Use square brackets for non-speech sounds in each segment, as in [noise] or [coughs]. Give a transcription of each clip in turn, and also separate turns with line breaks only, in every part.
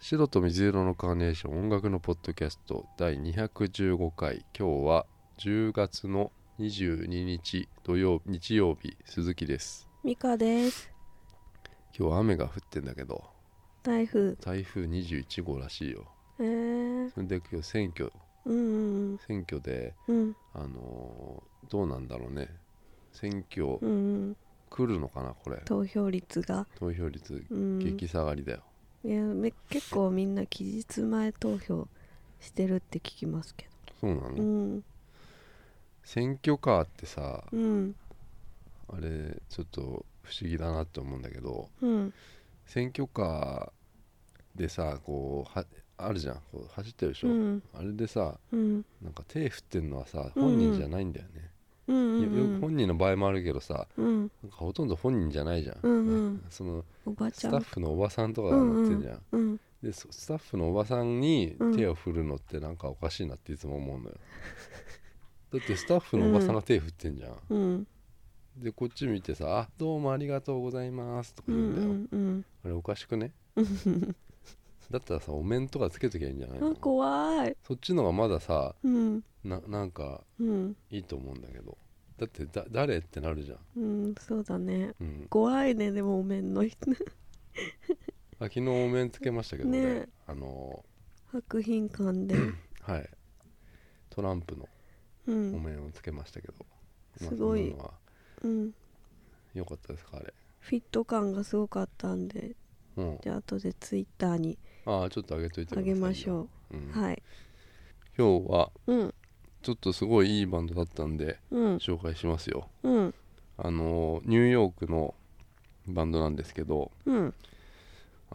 白と水色のカーネーション音楽のポッドキャスト第215回今日は10月の22日土曜日曜日鈴木です
ミカです
今日は雨が降ってんだけど
台風
台風21号らしいよ
えー、
それで今日選挙
うんうん
選挙で
うん
あのーどうなんだろうね選挙
うんうん
来るのかなこれ
投票率が
投票率
うん
激下がりだよ、
いやめ結構みんな期日前投票してるって聞きますけ
そうなの、
どうん
選挙カーってさ
うん
あれちょっと不思議だなって思うんだけど
うん
選挙カーでさこうはあるじゃんこう走ってるでしょ、
うん
あれでさ
うん
なんか手振ってんのはさ
うん
本人じゃないんだよね、
うんう
いやよく
んうん
本人の場合もあるけどさ
うん
なんかほとんど本人じゃないじゃん、
うんうん
なんかその
おばち
ス
ゃ
タッ
ん
フのおばさんとかが乗ってるじゃん、
うん
でそスタッフのおばさんに手を振るのってなんかおかしいなっていつも思うの
[laughs]
よ、だってスタッフのおばさんが手振ってんじゃん、
うん
でこっち見てさ「あどうもありがとうございます」とか
う
言うんだよ、
んうん
あれおかし
[laughs]
くねだったらさお面とかつけときゃいいんじゃない
うんあ
の
怖い
そっちのがまださ
うん
ななんか
うん
いいと思うんだけどだってだ誰ってなるじゃん、
うんそうだね
うん、
怖いねでもお面の人 [laughs]
あ昨日お面つけましたけどね
ねえ
あの
博品館
[laughs]
で
ーはいトランプの
う
お
ん
面をつけましたけど、
すごい
そんなのは
うん
良かったですかあれ
フィット感がすごかったんで
うん
じゃあ後でツイッターに
ああちょっと上げといてく
あ
ださい
げ
よ
ましょ
う、
うんはい
今日は
うん
ちょっとすごいいいバンドだったんで
うん
紹介しますよ
うん
あのニューヨークのバンドなんですけど
うん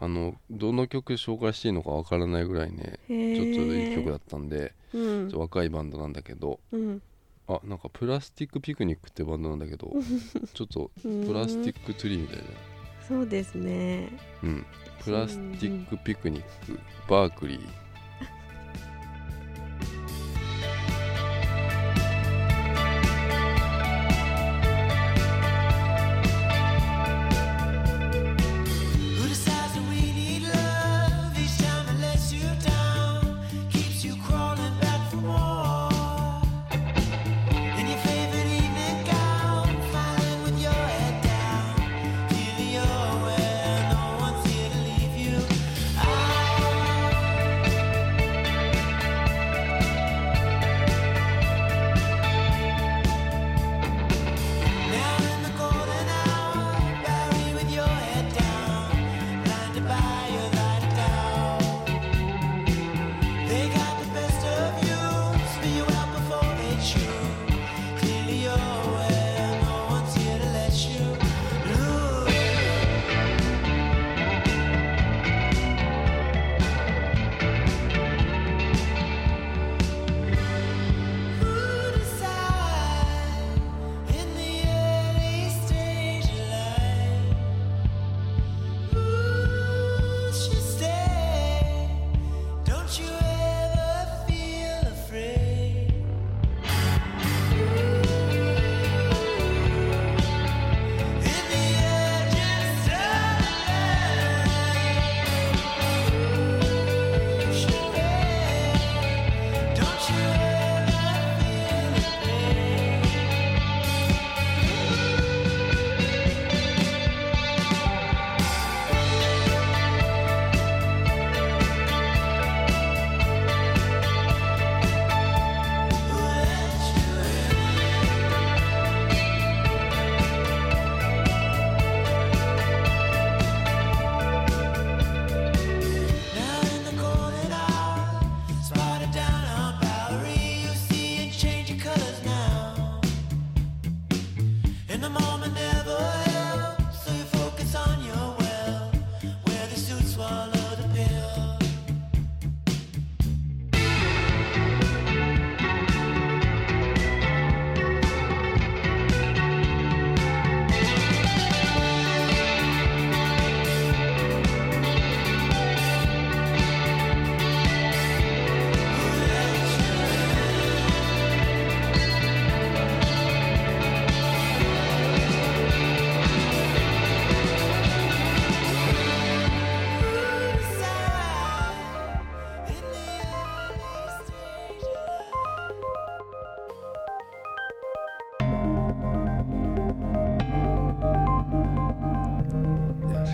あのどの曲紹介していいのかわからないぐらいね
へ
ちょ
え
っといい曲だ
っ
ったんで、ち
たう
ょっと
ん
若いバンドなんだけど
うん
あなんかプラスティックピクニックってバンドなんだけ
[laughs]
どちょっとプ
プ
ラスティックツリーみたいな、
そうですね
うん、プラスティックピクニックバークリー
Criticize that we need love each time it lets you down, keeps you crawling back for more. In your favorite evening gown, fighting with your head down, feeling you're aware no one's here to leave you. I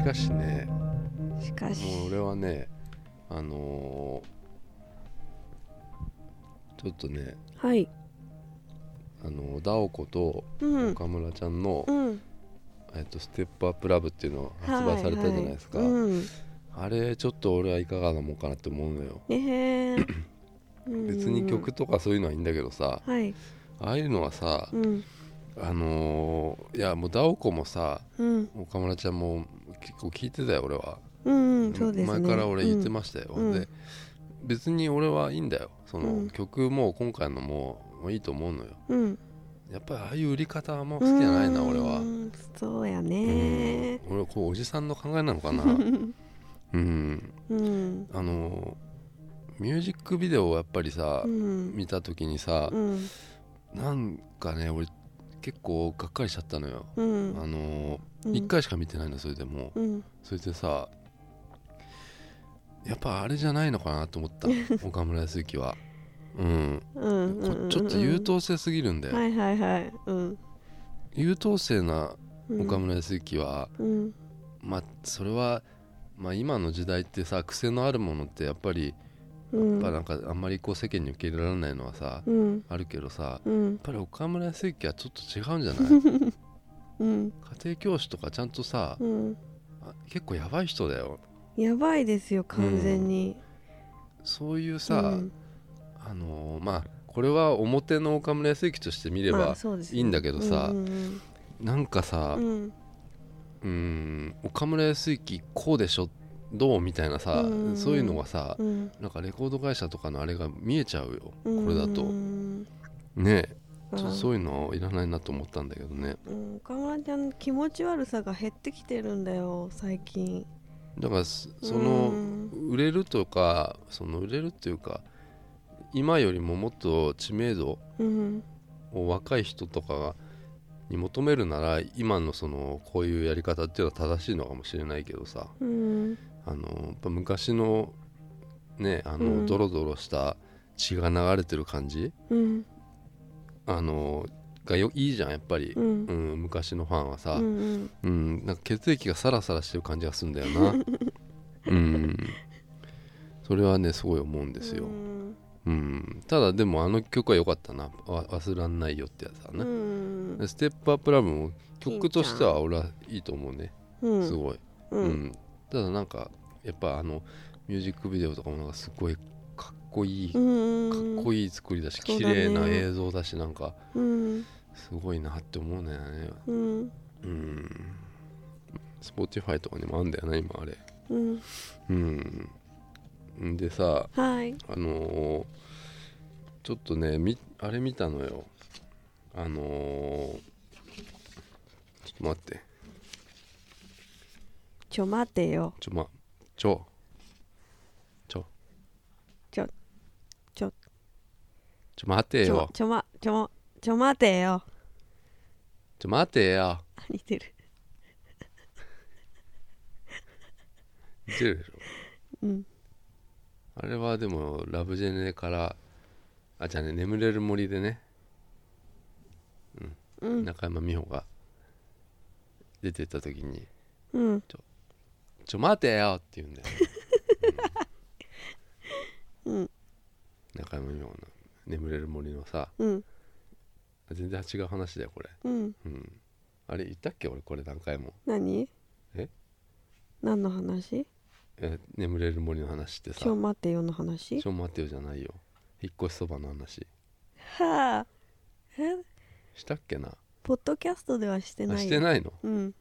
かしね
しかし
もう俺はねあのーちょっとね
はい
あのーダオコと
うん
岡村ちゃんの、
うん
えっと、ステップアップラブっていうのを発売されたじゃないですか、
はいはいうん、
あれちょっと俺はいかがなもんかなって思うのよ
ねえ
別に曲とかそういうのはいいんだけどさ
うんはい
ああいうのはさ
うん
あのーいやもうダオコもさ
うん
岡村ちゃんも結構聞いてたよ俺は、
うんそうですね
前から俺言って
ま
ましたよ、
うんう
で
ん
別に俺はいいんだよその、
うん
曲も今回のももういいと思うのよ
す、うん、
やっぱりああいう売り方はあんま好きじゃないな
うん
俺は
そうや
う
ね
ん俺はこうおじさんの考えなのかな
[laughs]
うん
うん
あのーミュージックビデオをやっぱりさ、
うん
見た時にさ
う、ん
なんかね俺結構がっかりしちゃったのよ、
うん
あのー
うん
1回しか見てないのそれでも
うん
それでさやっぱあれじゃないのかなと思った
[laughs]
岡村康之はうん
うんうんうんう
こ
ん
ちょっと優等生すぎるんだよ、
はいはいはいうん
優等生な
うん
岡村康之は、
うん
まあそれは、まあ、今の時代ってさ癖のあるものってやっぱり、
う
やっ
ん
ぱなんかあんまりこう世間に受け入れられないのはさ、
うん
あるけどさやっ
うん
ぱり岡村康之はちょっと違うんじゃない家
うん
庭教師とかちゃんとさ、
うん
あ結構やばい人だよ
やばいですよ完全に
そういうさ、
うん
あのーまあこれは表の岡村康之として見れば、
まあそうですね
いいんだけどさ
うんうん
なんかさ
う、んうん
うーん、岡村康之こうでしょどうみたいなさ、
うん
そういうのがさ、
うん
なんかレコード会社とかのあれが見えちゃうよ、
うん
これだと
うん
ねえ
あ
ちょっとそういうのいらないなと思ったんだけどね
うん岡村ちゃんの気持ち悪さが減ってきてるんだよ最近
だからそそうの
ん
売れるとかその売れるっていうか今よりももっと知名度
うん
を若い人とかがに求めるなら今のそのこういうやり方っていうのは正しいのかもしれないけどさ
うん
あのやっぱ昔のねあ
う
の
ん
ドロドロした血が流れてる感じ、
うん
あのがよいいじゃんやっぱり
う、
うんん昔のファンはさ、う
う
ん
ん
なんか血液がサラサラしてる感じがするんだよなうんそれはねすごい思うんですよ
う、ん
うん、ただでもあの曲は良かったなわ忘らんないよってやつだ
う
な、
ん
でステップアップラブも曲としては俺はいいと思うね
うん
すごい、
う
うんん、ただなんかやっぱあのミュージックビデオとかもなんかすごいかっこいい、
う
か
ん
っこいい作りだし
そう
綺
だね
麗な映像だしなんか
うん
すごいなって思うんだよね
うん
うんスポーティファイとかにもあんだよね今あれ
うん
うんんでさ
はい
あのーちょっとねみあれ見たのよあのーちょっと待って
ちょ待てよ
ちょまちょちょ
ちょちょ
ちょ待て
ちょ
よ
ちょまちょちょ待てよ
ちょ待てよ
あ似てる
似てるでしょ
[laughs] うん
あれはでもラブジェネからあじゃあね眠れる森でね
うん
中山美穂が出てった時に
うん
「ちょ待てよ!」って言うんだよね、
うん
中山美穂の「眠れる森」のさ
うん
全然違う話だよこれ
うん
うんあれ言ったっけ俺これ何回も
何
え
何の話
え眠れる森の話ってさ
ちょ待てよの話
ちょ待てよ」じゃないよ引っ越しそばの話
はあえ
したっけな
ポッドキャストではして
あ
ない
して
い
ないの
うん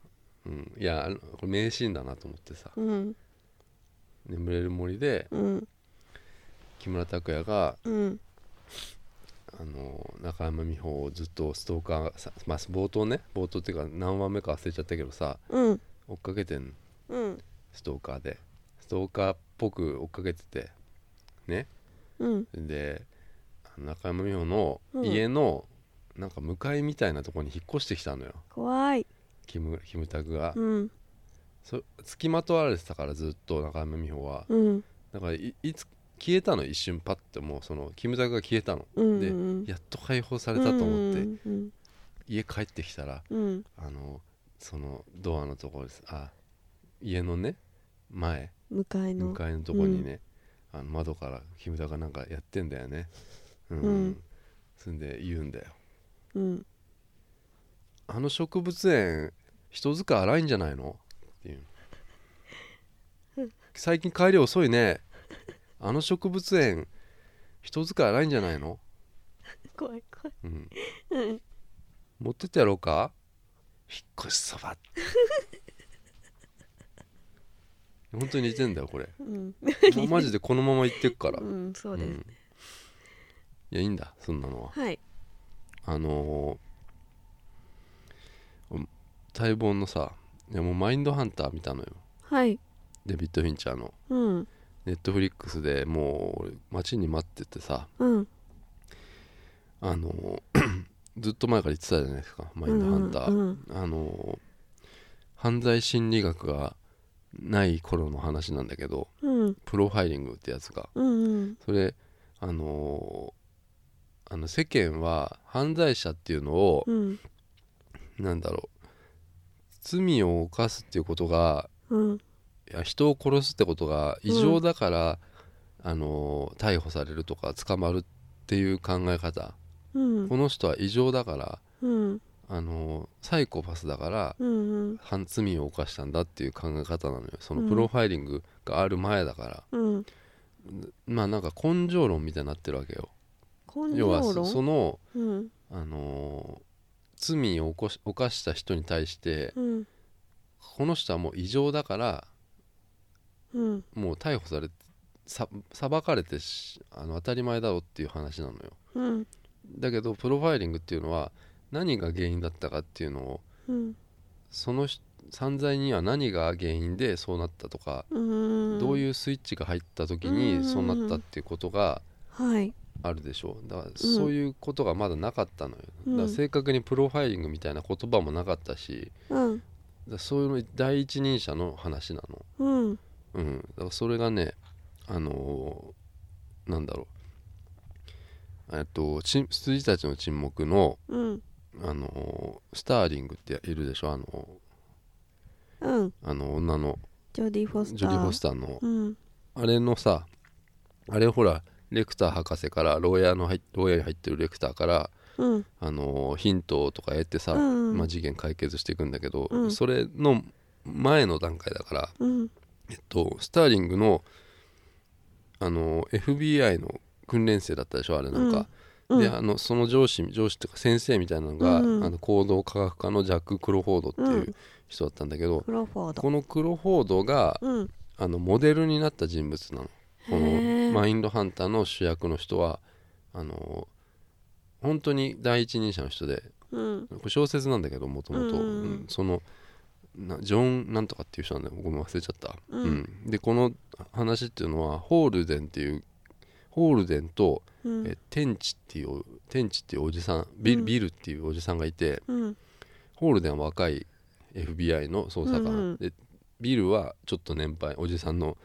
うんいやあのこれ名シーンだなと思ってさ
うん
「眠れる森」で
うん
木村拓哉が
うん
あの中山美穂をずっとストーカーさ、まあ、冒頭ね冒頭っていうか何話目か忘れちゃったけどさ
うん
追っかけてんの
うん
ストーカーでストーカーっぽく追っかけててね
うん
であの中山美穂の家のなんか向かいみたいなところに引っ越してきたのよ
怖い
キムキムタクが、
うん
そ付きまとわれてたからずっと中山美穂は
うん
だからいいつ消えたの一瞬パッてもうそのキムタクが消えたの、
うん
で
うん
やっと解放されたと思って、
うんうん
家帰ってきたら
うん
あのそのドアのところですあ家のね前
向かいの
向かいのとこにね、あの窓からキムタがなんかやってんだよねうん、
うん
そんで言うんだよ
うん
あの植物園人塚荒いんじゃないのっていう最近帰り遅いねあの植物園人塚荒いんじゃないの、
怖い怖い
うん、
うん
持ってってやろうか引っ越しそば本当に似てんだよ
[laughs]
これ
うん
もうマジでこのまま行ってくから、
うんそうです、
うんいやいいんだそんなのは
はい
あのー待望のさいやもうマインドハンター見たのよ
はい
デビッド・フィンチャーの
うん
ネットフリックスでもう俺待ちに待っててさ
うん
あのー [coughs] ずっと前から言ってたじゃないですかマインドハンター、
うんうん
あのー犯罪心理学がない頃の話なんだけど
うん
プロファイリングってやつが
うんうん
それあのーあの世間は犯罪者っていうのを、
うん
なんだろう罪を犯すっていうことが
うん
いや人を殺すってことが異常だから、あの逮捕されるとか捕まるっていう考え方、
うん
この人は異常だから
うん
あのサイコパスだから
うん
犯罪を犯したんだっていう考え方なのよそ
うん
のプロファイリングがある前だから、
うん
まあなんか根性論みたいになってるわけよ
根
要は
性
そそ
論
の、
うん
あの罪を起こし犯した人に対して
うん
この人はもう異常だから
うん
もう逮捕されてさ裁かれてしあの当たり前だろっていう話なのよ
うん
だけどプロファイリングっていうのは何が原因だったかっていうのを
うん
その人犯罪には何が原因でそうなったとか、
うん
どう
う
いうスイッチが入った時
うん
にそうなったっていうことが
はい
あるでしょうだからそういうことがまだなかったのよ、
うん
だから正確にプロファイリングみたいな言葉もなかったし
うん
だからそういうの第一人者の話なの
うん
うん、だからそれがねあのーなんだろうえっとち羊たちの沈黙の、
うん
あのースターリングっているでしょあの
うん
あの女の
ジョディ・フォスター
ジョディ・フォスターの
うん
あれのさあれほらレクター博士から牢屋の入っ牢屋に入ってるレクターから、
うん
あのーヒントとか得てさ、
うんうん
まあ、事件解決していくんだけど、
うん
それの前の段階だから、
うん
えっと、スターリングのあの FBI の訓練生だったでしょあれなんか、
うん
であのその上司上司っていうか先生みたいなのが、
うん
あの行動科学科のジャック・クロフォードっていうう人だったんだけど、
クロフォード
このクロフォードが
うん
あのモデルになった人物なのこ
へ
の
ー
マインドハンターの主役の人はあの本当に第一人者の人で
うん
これ小説なんだけどもともと
うんうんうん
そのなジョンなんとかっていう人なんだよごめん忘れちゃった、
うん
うんでこの話っていうのはホールデンっていうホールデンと、
うん
え天地っていう天地っていうおじさんビル,、
うん
ビルっていうおじさんがいて
うん
ホールデンは若い FBI の捜査官、
うんうん
でビルはちょっと年配おじさんの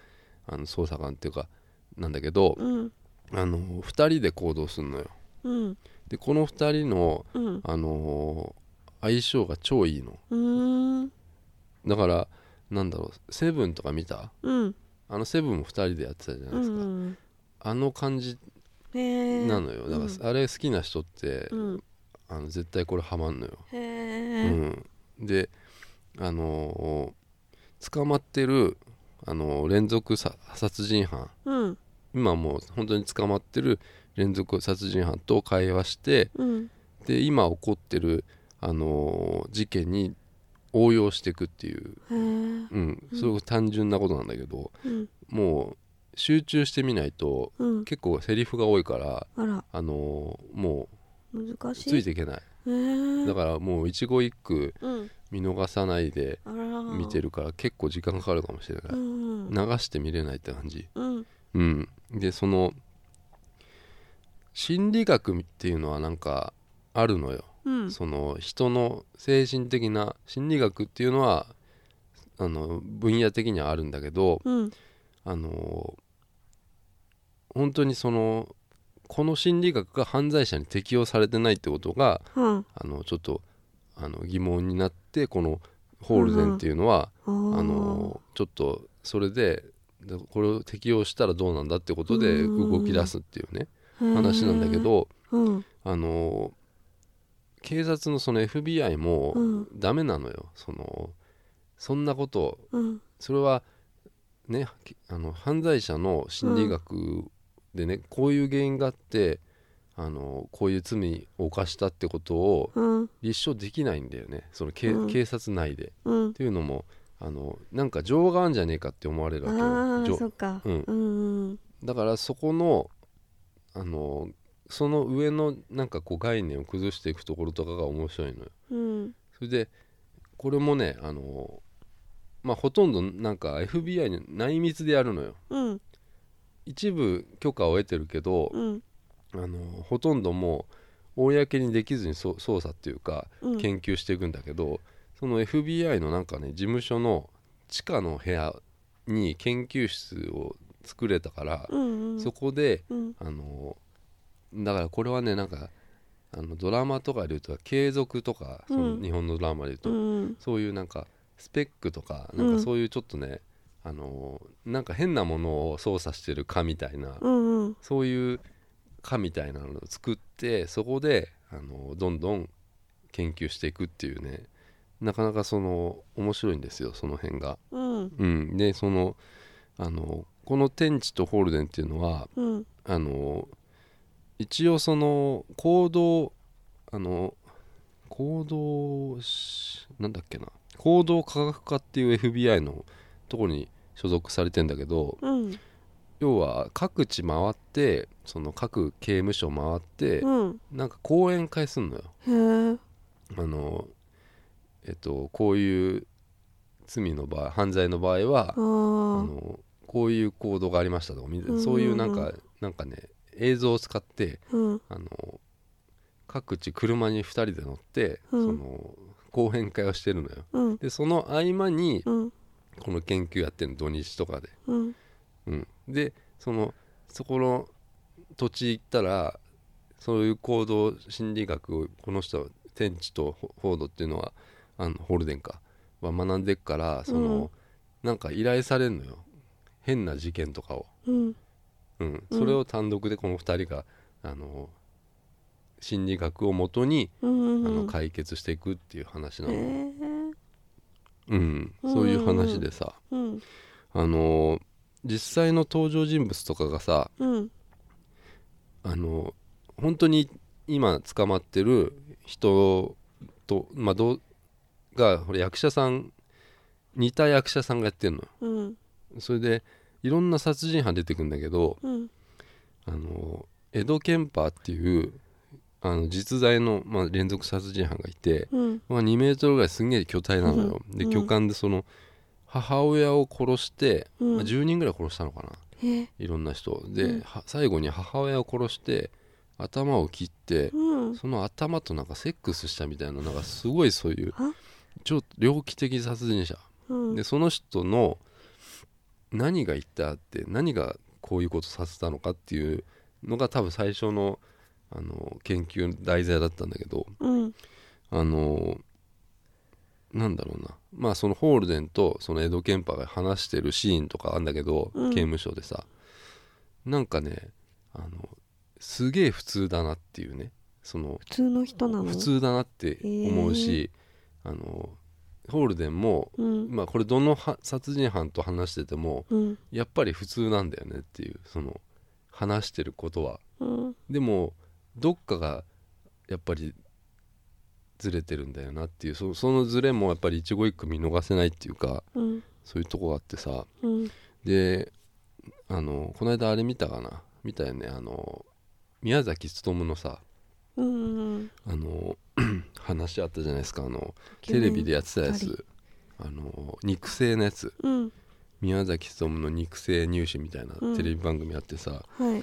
あの捜査官っていうかなんだけど、
うん
あの2人で行動するのよ
うん
でこの2人の、
うん
あのー相性が超いいの
うん
だからなんだろうセブンとか見た
うん
あのセブンも2人でやってたじゃないですか、
うん
あの感じ
へえ
なのよだから、あれ好きな人って、
うん
あの絶対これハマんのよ、
へ
う
え
ん、であのー捕まってる、あのー連続さ殺人犯
うん
今もう本当に捕まってる連続殺人犯と会話して
うん
で今起こってる、あのー事件に応用していくっていう、
へえ
うん、
うん
すごく単純なことなんだけど、
うん
もう集中してみないと
うん
結構セリフが多いから、
あら
あのーも
難
う
しい
ついていけない
へえ
だからもう一期一句
うん
見逃さないで
あら
見て
る
るから結構時間かかるかもしれな
う
い
ん
流して見れないって感じ
うん
うんでその心理学っていうのはなんかあるのよ、
うん
その人の精神的な心理学っていうのはあの分野的にはあるんだけど、
うん
あの本当にそのこの心理学が犯罪者に適用されてないってことが
は
あのちょっとあの疑問になってこのホールデンっていうのは、あ
あ
のちょっとそれででこれを適用したらどうなんだってことで
うん
動き出すっていうね
ー
話なんだけ、ど
へーうん
あの警察のその FBI も
うん
ダメなのよそのそんなこと
うん
それはねきあの犯罪者の心理学でね、こういう原因があってあのこういう罪を犯したってことを
うん
立証できないんだよねそのけ、
うん
警察内で。
うん
っていうのもあのなんか情があんじゃねえかって思われるわけ
あ
よ
あそ
情
っか
うん
うん
だからそこのあのその上のなんかこう概念を崩していくところとかが面白いのよ。
うん
それでこれもねあのまあほとんどなんか FBI に内密でやるのよ。
うん
一部許可を得てるけど、
うん
あのほとんどもう公にできずにそ捜査っていうか
うん
研究していくんだけど、その FBI のなんかね事務所の地下の部屋に研究室を作れたから、
うんうん
そこで
うん
あのだからこれはねなんかあのドラマとかでいうと継続とか、
うん
その日本のドラマでいう
う
と、
ん
そういうなんかスペックとか
う
なんんかそういうちょっとね、あのなんか変なものを操作してるかみたいな
うんうん
そういう科みたいなのを作ってそこであのどんどん研究していくっていうねなかなかその面白いんですよその辺が。
うん
うん、でそのあのこの「天地とホールデン」っていうのは
うん
あの一応その行動あの行動しなんだっけな行動科学科っていう FBI のところに所属されてんだけど、
うん
要は各地回ってその各刑務所回って、
うん
なんか講演会すんのよ
へえ
あのえっとこういう罪の場合犯罪の場合は
ああ、
あのこういう行動がありましたとかみたい
うんうんう
なんそういうなんかなんかね映像を使って
うん
あの各地車に2人で乗って、
うん
その講演会をしてるのよ
うん
でその合間に
うん
この研究やってるの土日とかで
うん
うん、でそのそこの土地行ったらそういう行動心理学をこの人は天地とホホードっていうのはあのホールデンかは学んでっからその、
うん
なんか依頼されんのよ変な事件とかを、
うん
うん、
うん
それを単独でこの2人があの心理学をもとに、
うん
あ
う
の
ん
解決していくっていう話なの、
へえ
うん、そういう話でさ、
うん
あの実際の登場人物とかがさ、
うん
あの本当に今捕まってる人と、まあ、どうがほら役者さん似た役者さんがやってるのよ
うん
それでいろんな殺人犯出てくんだけど
うん
あのエド・ケンパーっていうあの実在の、まあ、連続殺人犯がいて、
うん
まあ、2メートルぐらいすんげえ巨体なのよ、
うん
で
うん
巨漢でその母親を殺して、
うん
まあ、10人ぐらい殺したのかな
へえ
いろんな人で、
うん
は最後に母親を殺して頭を切って、
うん
その頭となんかセックスしたみたいななんかすごいそういう
は
超猟奇的殺人者、
うん
でその人の何が言ったって何がこういうことさせたのかっていうのが多分最初のあの研究の題材だったんだけど
うん
あのなんだろうなまあそのホールデンとそのエド・ケンパーが話してるシーンとかあんだけど、
うん
刑務所でさなんかねあのすげえ普通だなっていうねその
普通の人なの
普通だなって思うし、あのホールデンも、
うん
まあ、これどのは殺人犯と話してても
うん
やっぱり普通なんだよねっていうその話してることは
うん
でもどっかがやっぱりずれてるんだよなっていうそそのずれもやっぱり一期一会見逃せないっていうか
うん
そういうとこがあってさ
うん
であのこの間あれ見たかな見たよねあの宮崎勉のさ
うん
あの [clears throat] 話あったじゃないですかあのテレビでやってたや
二
つあの肉声のやつ
うん
宮崎勉の肉声入試みたいな
うん
テレビ番組あってさ、
はい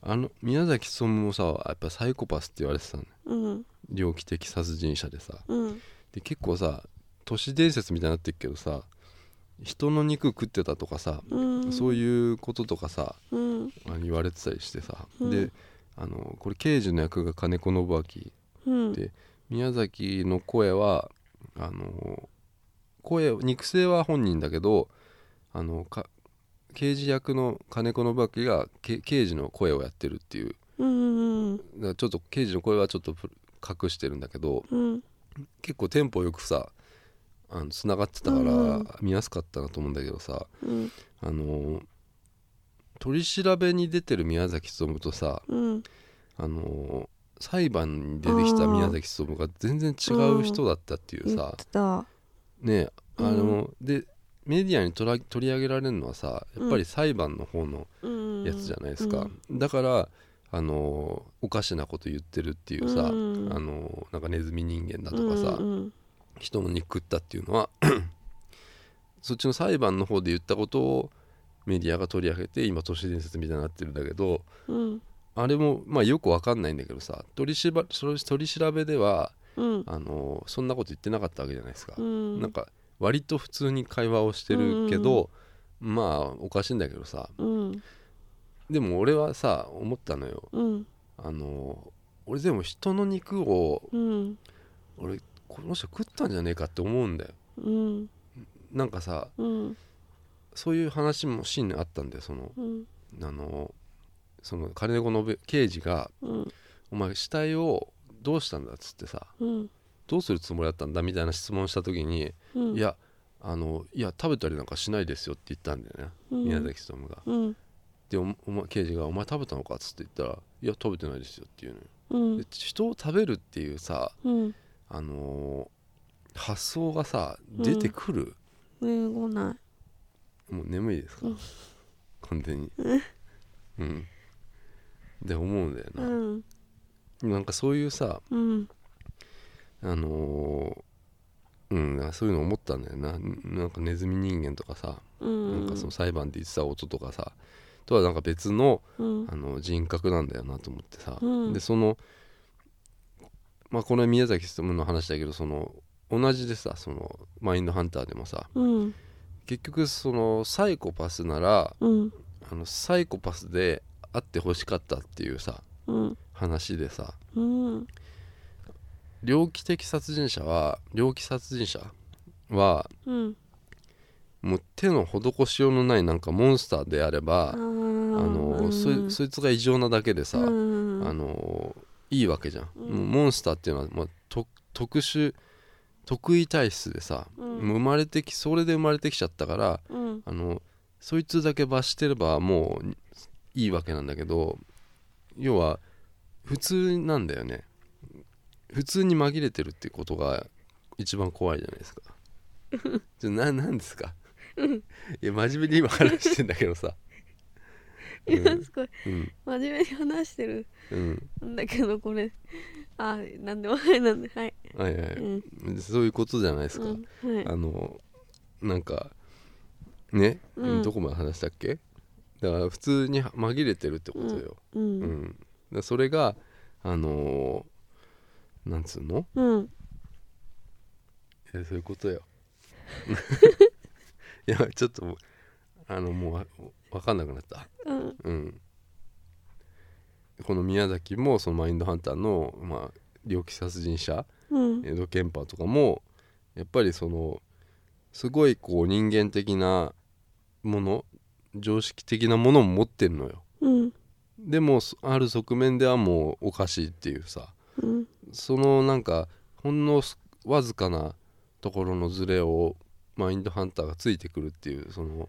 あの宮崎勉もさやっぱサイコパスって言われてたの
うん
猟奇的殺人者でさ
うん
で結構さ都市伝説みたいになってるけどさ人の肉食ってたとかさ、
うん
そう
う
いうこととかさ
うん
あの言われてたりしてさ、
うん
であのこれ刑事の役が金子信明
うん
で宮崎の声はあの声肉声は本人だけどあのか刑事役の金子信明がけ刑事の声をやってるっていう
うんうん
だからちょっと刑事の声はちょっとプ隠してるんだけど
うん
結構テンポよくさあの繋がってたか
うんう
ら
ん
見やすかったなと思うんだけどさ
うん
あの取り調べに出てる宮崎勉とさ
うん
あの裁判に出てきた宮崎勉が全然違う人だったっていう
言
さ
ってた
ねあ
うん
のでメディアに取ら取り上げられるのはさやっぱり裁判の方の
うん
やつじゃないですか、だからあのおかしなこと言ってるっていうさ、
うん
あのなんかネズミ人間だとかさ、
うんうん
人の肉食ったっていうのは [clears throat] そっちの裁判の方で言ったことをメディアが取り上げて今都市伝説みたいになってるんだけど
うん
あれもまあよくわかんないんだけどさ取りしばそれ取り調べでは
うん
あのそんなこと言ってなかったわけじゃないですか、
うん
なんか割と普通に会話をしてるけど、まあおかしいんだけどさ
うん
でも俺はさ思ったのよ
うん
あの俺でも人の肉を
うん
俺この人食ったんじゃねえかって思うんだよ
うん
なんかさ
うん
そういう話もシーンにあったんだよその
うん
あのその金子のべ刑事が
うん
「お前死体をどうしたんだ」っつってさ
うん
「どうするつもりだったんだ」みたいな質問した時に
う
「
ん
いやあのいや食べたりなんかしないですよ」って言ったんだよね、
うん
宮崎勉が。
うん
でおお前刑事が「お前食べたのか?」っつって言ったら「いや食べてないですよ」っていうのよ
うん
で人を食べるっていうさ
うん
あのー発想がさ出てくる、
ねごない
もう眠いですか、
うん
完全にうんで思うんだよ
う
な、
ん
なんかそういうさ
うん
あのーうん、そういうの思ったんだよななんかネズミ人間とかさ、
う
な
ん
んかその裁判で言ってた音とかさとはなんか別の
うん
あの人格なんだよなと思ってさ、
うん
でそのまあこれは宮崎進の話だけどその同じでさそのマインドハンターでもさ
うん
結局そのサイコパスなら
うん
あのサイコパスであってほしかったっていうさ
うん
話でさ
うん
猟奇的殺人者は猟奇殺人者は
うん
もう手の施しようのないなんかモンスターであれ
あ
ばあ
の
のそそいつが異常なだけでさ、あのいいわけじゃん、
うん
もうモンスターっていうのは、まあ、と特殊得意体質でさ、
うん
もう生まれてきそれで生まれてきちゃったから
うん
あのそいつだけ罰してればもういいわけなんだけど要は普通なんだよね普通に紛れてるってことが一番怖いじゃないです
[laughs]
かじゃななんですかいや真面目に今話してんだけど
[laughs]
さう
いや
ん
すごい
うん
真面目に話してる
うん
んだけどこれあなんでもはいなんではい
はいは
う
い、
ん
そういうことじゃないですか、
うんはい
あのなんかね、
うん
どこまで話したっけだから普通に紛れてるってことよ、
う
うん
ん
だからそれがあのーなんつうの
うん
えそういうことよ [laughs] いやちょっともうあのもうわわかんなくなった
うん
うんこの宮崎もそのマインドハンターの、まあ、猟奇殺人者、
うん
江戸憲法とかもやっぱりそのすごいこう人間的なもの常識的なものも持ってるのよ
うん
でもそある側面ではもうおかしいっていうさ
うん
そのなんかほんのすわずかなところのズレをマインドハンターがついてくるっていうその,、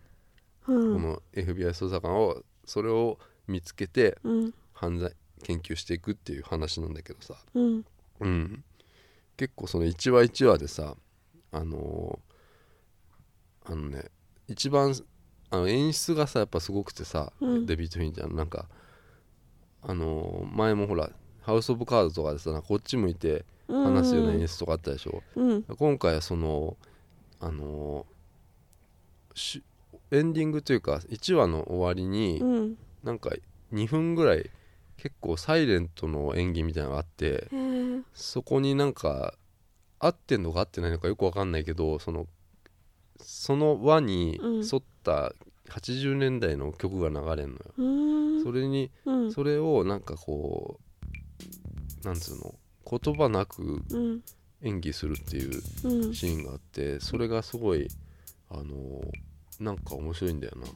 うん
この FBI 捜査官をそれを見つけて
うん
犯罪研究していくっていう話なんだけどさ
うん
うん、結構その1話1話でさあのーあのね一番あの演出がさやっぱすごくてさ、
うん
デビッド・フィンちゃんなんかあのー前もほら「ハウス・オブ・カード」とかでさなんかこっち向いて話すような演出とかあったでしょ、
うん
今回はそのあのーしエンディングというか1話の終わりに、
うん
なんか2分ぐらい結構サイレントの演技みたいなのがあって、
へえ
そこになんか合ってんのか合ってないのかよくわかんないけどそのその輪に
うん
沿った80年代の曲が流れんのよ、
うーん
それに
うん
それをなんかこうなんつうの言葉なく
うん
演技するっていう
うん
シーンがあってそれがすごいあのなんか面白いんだよな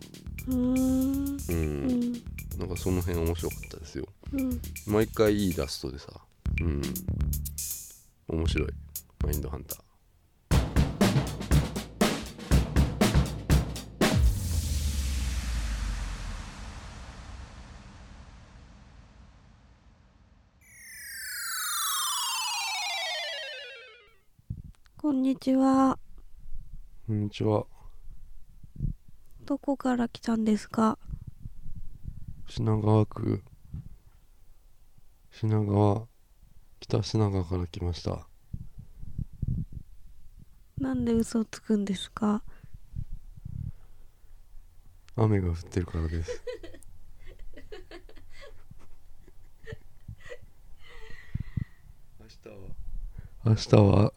うん
うん、
うん
なんかその辺面白かったですよ
うん
毎回いいラストでさうん面白いマインドハンター
こんにちは
こんにちは
どこから来たんですか
品川区品川北品川から来ました
なんで嘘をつくんですか
雨が降ってるからです明日は明日は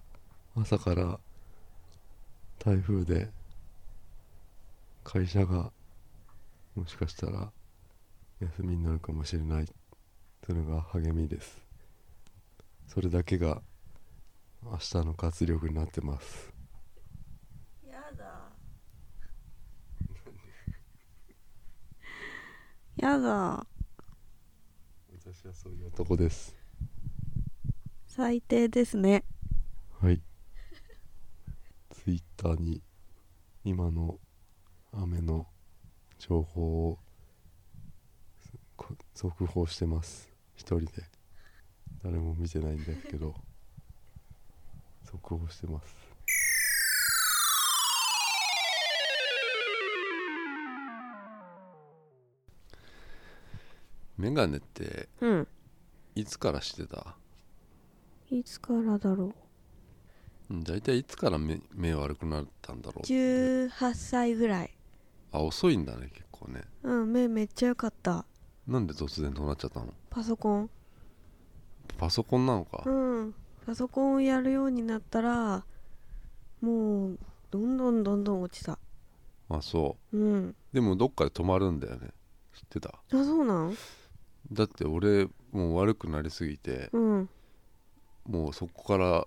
朝から台風で会社がもしかしたら休みになるかもしれないそれが励みですそれだけが明日の活力になってます
やだやだ
私はそういう男です
最低ですね
はい。ツイッターに今の雨の情報をこ速報してます。一人で。誰も見てないんだけど、速報してます。メガネって
うん
いつからしてた
いつからだろ
大体いつから目目悪くなったんだろ
う
う
18歳ぐらい
あ遅いんだね結構ね
うん目めっちゃ良かった
なんで突然そうなっちゃったの
パソコン
パソコンなのか
うんパソコンをやるようになったらもうどんどんどんどん落ちた
あそ
うん
うでもどっかで止まるんだよね知ってた
あそうなん
だって俺もう悪くなりすぎて
うん
もうそこから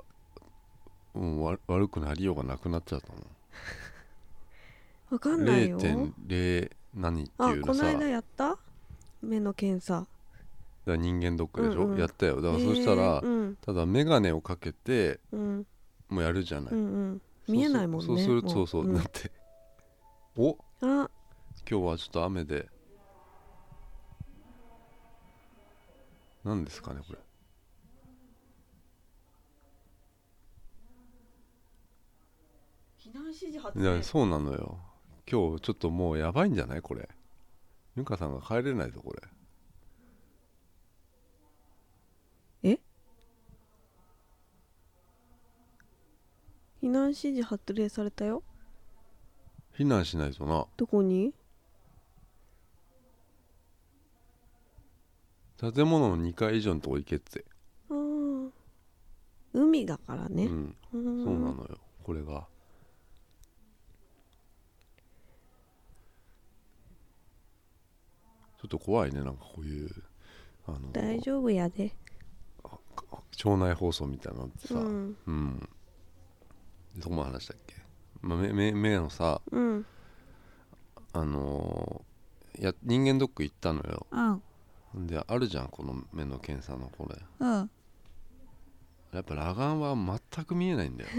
もうわ悪くなりようがなくなっちゃったもん
わかんないよ
0.0何って
あ
いう
こ
の
の
さだ
間
か
やった目の検査
ら人間ドックでしょ、
うんうん
やったよだから
へー
そしたら、
うん
ただ眼鏡をかけて
うん
もうやるじゃない、
うんうん
そう
見えないもんね
そうする
も
そうそう、
ん
だってお
あ
今日はちょっと雨で何ですかねこれ
避難指示発
いやそうなのよ今日ちょっともうやばいんじゃないこれゆかさんが帰れないぞこ
え避難指示発令されたよ
れ避難しないとな
どこに
建物の2階以上のとこ行けって、
あー海だから
う
ね、
ん
うん、
そうなのよこれがちょっと怖いねなんかこういうあの
大丈夫やで
町内放送みたいなのってさ、
うん
うん。でどこまで話したっけ、まあ、目目目のさ、
うん
あのーや人間ドック行ったのよ。
うん
で、あるじゃん、この目の検査のこれ。
うん
やっぱ裸眼は全く見えないんだよ。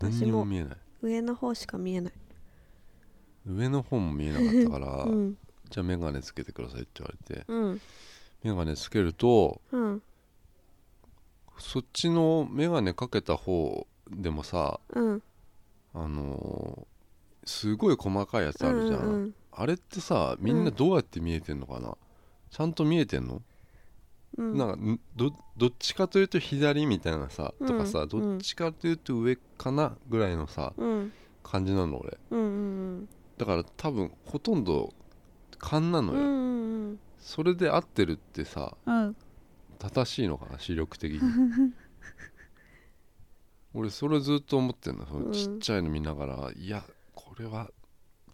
何
[laughs] 私も
にも見えない。
上の方しか見えない
上の方も見えなかったから、
うん
じゃあ眼鏡つけてくださいって言われて、
うん
眼鏡つけると、
うん
そっちの眼鏡かけた方でもさ、
うん
あのーすごい細かいやつあるじゃ
うんうん
あれってさみんなどうやって見えてんのかな、ちゃんと見えてんの、
うん
なんかんどどっちかというと左みたいなさ、
うん
とかさどっちかというと上かなぐらいのさ
うん
感じなの俺
うんうん
だから多分ほとんど勘な
うんう
のよ、
んうん
それで合ってるってさ
うん
正しいのかな視力
[laughs]
的に俺それずっと思ってんのそのちっちゃいの見ながら、いやこれは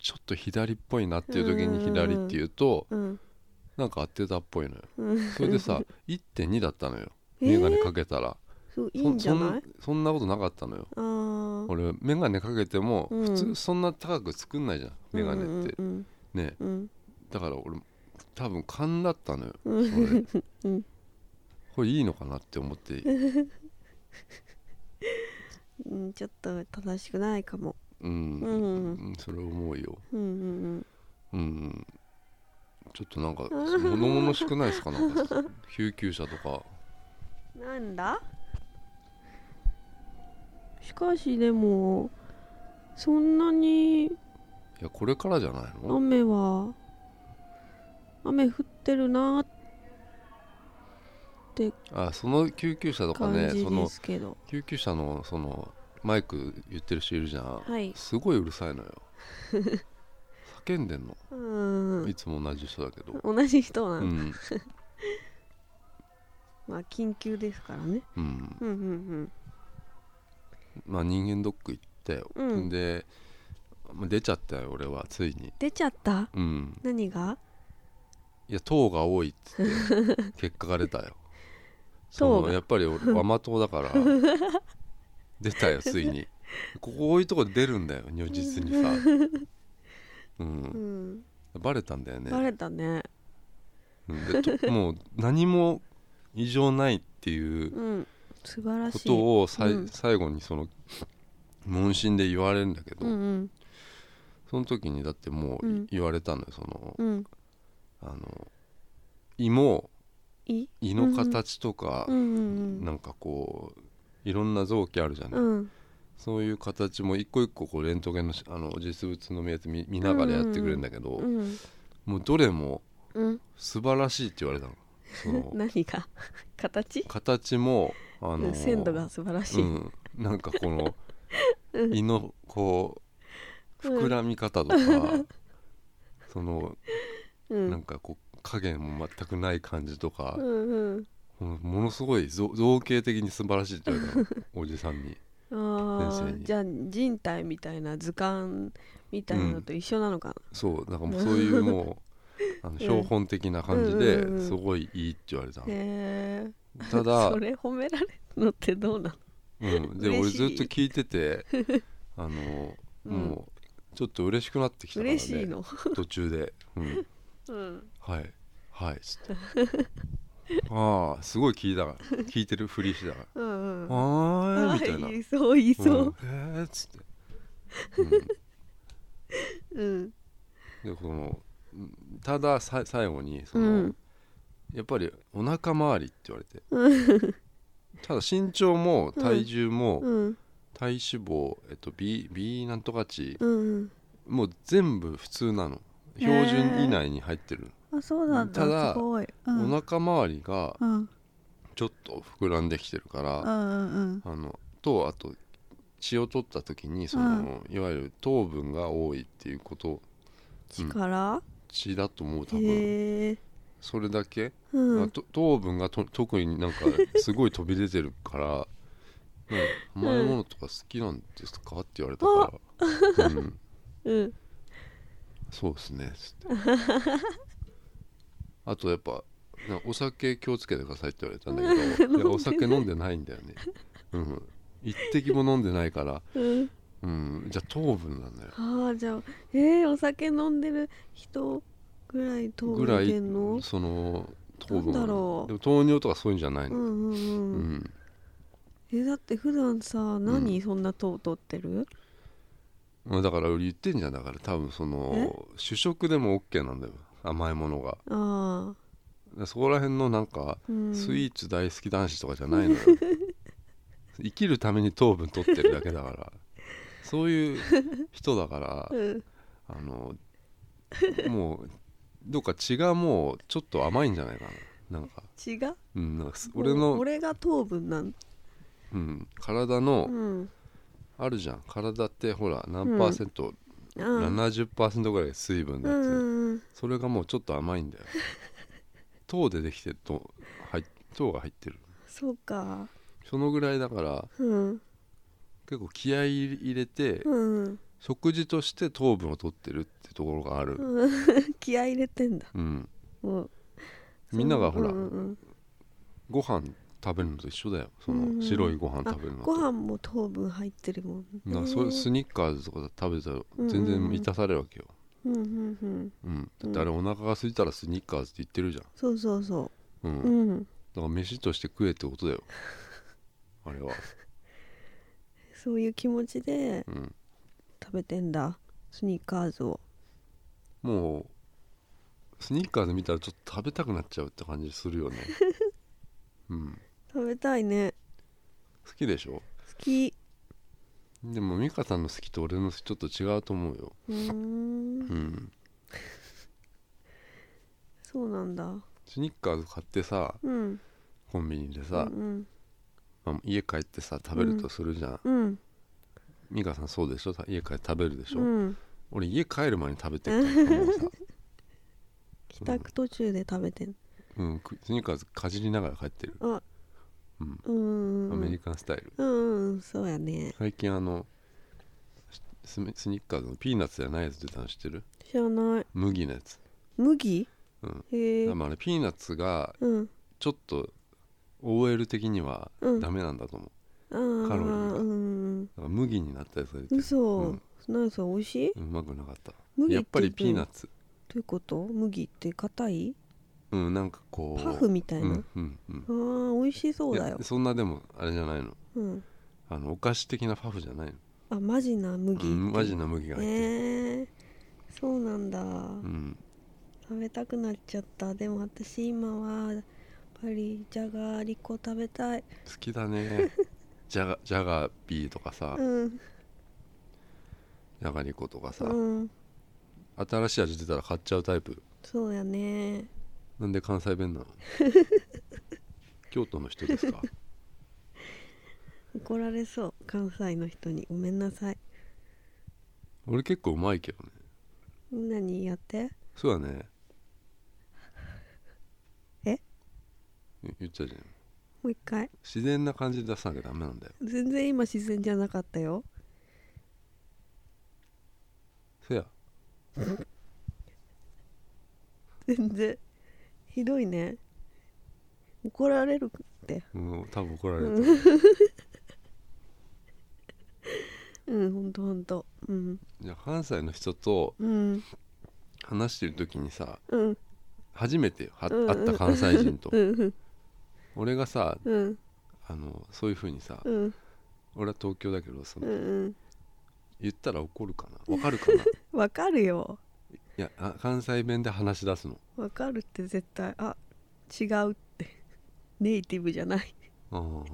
ちょっと左っぽいなっていう時に左って言うと、
うん
なんか合ってたっぽいのよ
うん [laughs]
それでさ1.2だったのよ
え
眼鏡かけたら、
えそういい
そ
んじゃない
そんそんなことなかったのよ
あー
俺眼鏡かけても
うん
普通そんな高く作んないじゃん眼鏡って
うんうん
ね
うん
だから俺多分勘だったのよ
うんう
そ
ん
れ
[laughs] うん
これいいのかなって思って
[laughs] うんちょっと正しくないかも
うん、
うん
うんそれ思うよ
うんう
う
ん
んちょっとなんか物々しくないですかなん
[laughs]
か救急車とか
うんなんだしかしでもそんなに
いやこれからじゃないの
雨は雨降ってるなーって
あその救急車とか
感
ね
じ
そ
で
の
すけど、
救急車のそのマイク言ってる人いるじゃん、
はい
すごいうるさいのよ叫んでんの
うん
いつも同じ人だけど
同じ人な
うんん
だ、まあ緊急ですからね
うん
うんうん
まあ人間ドック行って、
うんうん
でまあ出ちゃったよ俺はついに
出ちゃった
うん
何が
いや糖が多いっつって
[laughs]
結果が出たよそ
糖が
のやっぱり
[laughs]
俺甘党だから出たよついにこここういうとこ出るんだよ如実
[laughs]
にさう
うんん
バレたんだよね
バレたね
うんでと [laughs] もう何も異常ないっていう
うん素晴ら
こ
しい
とをさい
うん
最後にその問診で言われるんだけど、
うんうん
その時にだってもうい
うん
言われたのよその,、
うん
あの胃も
い
胃の形とか、
うんうん
なんかこういろんな臓器あるじゃ
う
ない、
ん
そういう形も一個一個こうレントゲンのしあの実物のやつ見見ながらやってくれるんだけど、
うんうん
もうどれも
うん
素晴らしいって言われたの。そ
[laughs]
の
何が形
形もあの
鮮度が素晴らし
う
い
ん、なんかこの
うん
胃のこう
うん
膨らみ方とか、その
う
なん
ん
かこう影も全くない感じとか
う、んうん
もうものすごい造造形的に素晴らしいって言わ
[laughs]
れたのおじさんに
あ
先生
あ
に
じゃあ人体みたいな図鑑みたいなのと一緒なのかな
そうなんかもうそういうもうあの標本的な感じ
うんうんうんう
で
ん
すごいいいって言われたの、
へえ
ただ
[laughs] そ、れ褒められるのってどうな
うん、で俺
嬉しい
ずっと聞いて
[laughs]
てあの、
うん
もうちょっと嬉しくなってきた
の
からね
嬉しいの
途中で、うん、
うん
はいはいつって [laughs] ああすごい聞いたから聞いてるふりして
[laughs]
たから
うんう
「
ん
はーい」みたいな「
言いそう言いそう
うん、えーっつって、うん、
うん
でこのうんたださ最後にその、
うん
やっぱりお腹周りって言われてただ身長も体重も、
うん
体脂肪、えっと、B, B なんとか値
うん
もう全部普通なの
へ
標
ー
準以内に入ってる、
あそうなんだ
ただ
すごい、うん、
お腹周りが
うんうん
ちょっと膨らんできてるから、
うん
あのとあと血を取った時にその、いわゆる糖分が多いっていうこと
力
血だと思う多分
へえ
それだけ、
う
まあ
ん
と糖分がと特になんかすごい飛び出てる [laughs] から「ね、甘いものとか好きなんですか?」って言われたから「うん、
うん
そうです [laughs] ね」つってあとやっぱな「お酒気をつけてください」って言われたんだけどいやお酒 [laughs] 飲んでないんだよね、うん、一滴も飲んでないから
うん
うん、じゃあ糖分なんだよ
ああじゃあえー、お酒飲んでる人ぐらい糖
ぐ
分
ら
出
い
てんの
その糖分
なんだろう
でも糖尿とかそういうんじゃない
うん
の、
うんうん、
うん
えだって普段さ何、そんな糖取ってる
まあだから俺言ってんじゃんだから多分その主食でも OK なんだよ甘いものが
ああ
でそこら辺のなんか、
うん
スイーツ大好き男子とかじゃ
[laughs]
ないのよ生きるために糖分取ってるだけだからそういう人だから
[laughs] うん
あのもうどっか血がもうちょっと甘いんじゃないかななんか,、
血が
うん、なんかす俺の
俺が糖分なん
うん、体の、
うん
あるじゃん体ってほら何パーセント、
ああ
70%ぐらい水分
う
だ
ん
やつ、
うんうん
それがもうちょっと甘いんだ
[laughs]
よ糖でできてる糖入糖が入ってる
そうか
そのぐらいだから
うん
結構気合い入れて、
うん
食事として糖分を取ってるってところがある、うん
うん [laughs] 気合い入れてんだもう
みんながほら、
うんうん
ご飯食べるのと一緒だよそ
うん
の白いご飯
あ
食べるのと
ご飯も糖分入ってるもんね
だからそれスニッカーズとか食べたら全然満たされるわけよ、
うんうんうん
うん、だってあれお腹が空いたらスニッカーズって言ってるじ
そうそうそ
ゃん、うん
ううん
だから飯として食えってことだよ [laughs] あれは、
そういう気持ちで
うん、
食べてんだスニーカーズを
もうスニッカーズ見たらちょっと食べたくなっちゃうって感じする
[laughs]
よね、うん、
食べたいね
好きでしょ
好き
でも美香さんの好きと俺の好きちょっと違うと思うよ、
うーん
うん、
そうなんだ
スニッカーズ買ってさ
うん
コンビニでさ
う、ん
まあ家帰ってさ食べるとするじゃん、
うん
美香さんそうでしょ家帰って食べるでし
う
ょ、
ん
俺家帰る前に食べてるからもう
[laughs]
さ、
帰宅途中で食べてん
うん、くスニッカーズかじりながら帰ってる、
あ
うん、
うーん
アメリ
カ
カンスタイル
うんうんそうやね
最近あのススニッカーズのピーナッツじゃないやつ出たの知ってる
知らない
麦のやつ、
麦
うん、
へえ
でもあれピーナッツが
うん
ちょっと OL 的には
うん
ダメなんだと思
あー
カロリーが
うん
う、だから麦になったやつが出てう
嘘
ん
何それ美味しいう
まくなかった
麦って
やっぱりピーナッ
ど
ツ
ういうこと麦って硬い
うんなんかこう
パフみたいな
うんうんうん
あー美味しそうだよ
いやそんなでもあれじゃないの
うん
あのお菓子的なパフじゃないの
あマジな麦
うんマジな麦が入ってる、
ええそうなんだ、
うん
食べたくなっちゃったでも私今はやっぱりじゃがりこ食べたい
好きだね
[laughs]
ジャガジャガビーとかさ、
うん
ジャガリコとかさ、
うん
新しい味出たら買っちゃうタイプ
そうやね
なんで関西弁な
[laughs]
の京都の人ですか
怒られそう関西の人にごめんなさい
俺結構うまいけどね
何やって
そうだね
え
言言っちゃうじゃん
もう一回
自然な感じで出さなきゃダメなんだよ
全然今自然じゃなかったよ
せや
全然ひどいね怒られるって
もう多分怒られると思う
うんほんとほんとうん
じゃあ関西の人と
うん
話してる時にさ
うん
初めてよは
うんうん
会った関西人と
うんうん
俺がさ
うん
あのそういう風にさ
うん
俺は東京だけどその
うん
言ったら怒るかなわかるかない
わかるよ
やあ関西弁で話し出すの
わかるって絶対あ違うって [laughs] ネイティブじゃない
うん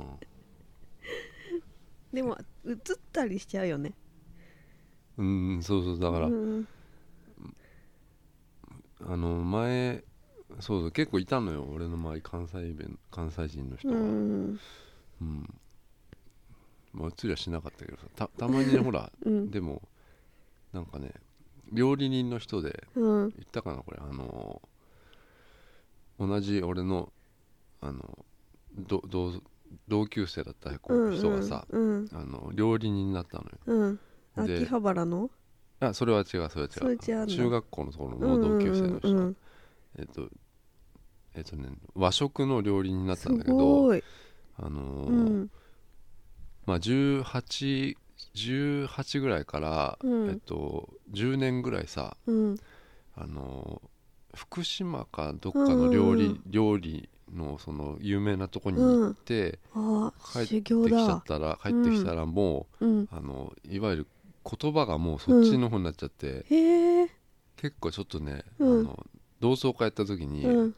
でも映ったりしちゃうよね
うんうんそうそうだから、
うん
あの前そうそう結構いたのよ俺の周り関西弁関西人の人
う
がうん、
ん
まあ映りはしなかったけどさたたまに
[laughs]
ねほら
うん
でもなんかね料理人の人で
うん
言ったかなこれあの同じ俺のあのど同同級生だった子
うん
人がさ、
うん
あの料理人になったのよ
うん
で
秋葉原の
あそれは違うそれは違う
それ違うんだ
中学校のところ
うん
の同級生の人、
うん
えっとえっとね和食の料理人になっ
す
たんだけど
ごい
あのー
うん
まあ1818ぐらいから、
うん
えっと、10年ぐらいさ、
うん
あのー福島かどっかの料理、
うんうんうん
料理のその有名なとこに行って、
あ
帰って
修
きち
行
ゃった
だ
ら帰ってきたらも
うん
う、あのいわゆる言葉がもうそっちの方になっちゃって、
へえ
結構ちょっとね、
う
あ
ん
の同窓会やった時に、
うん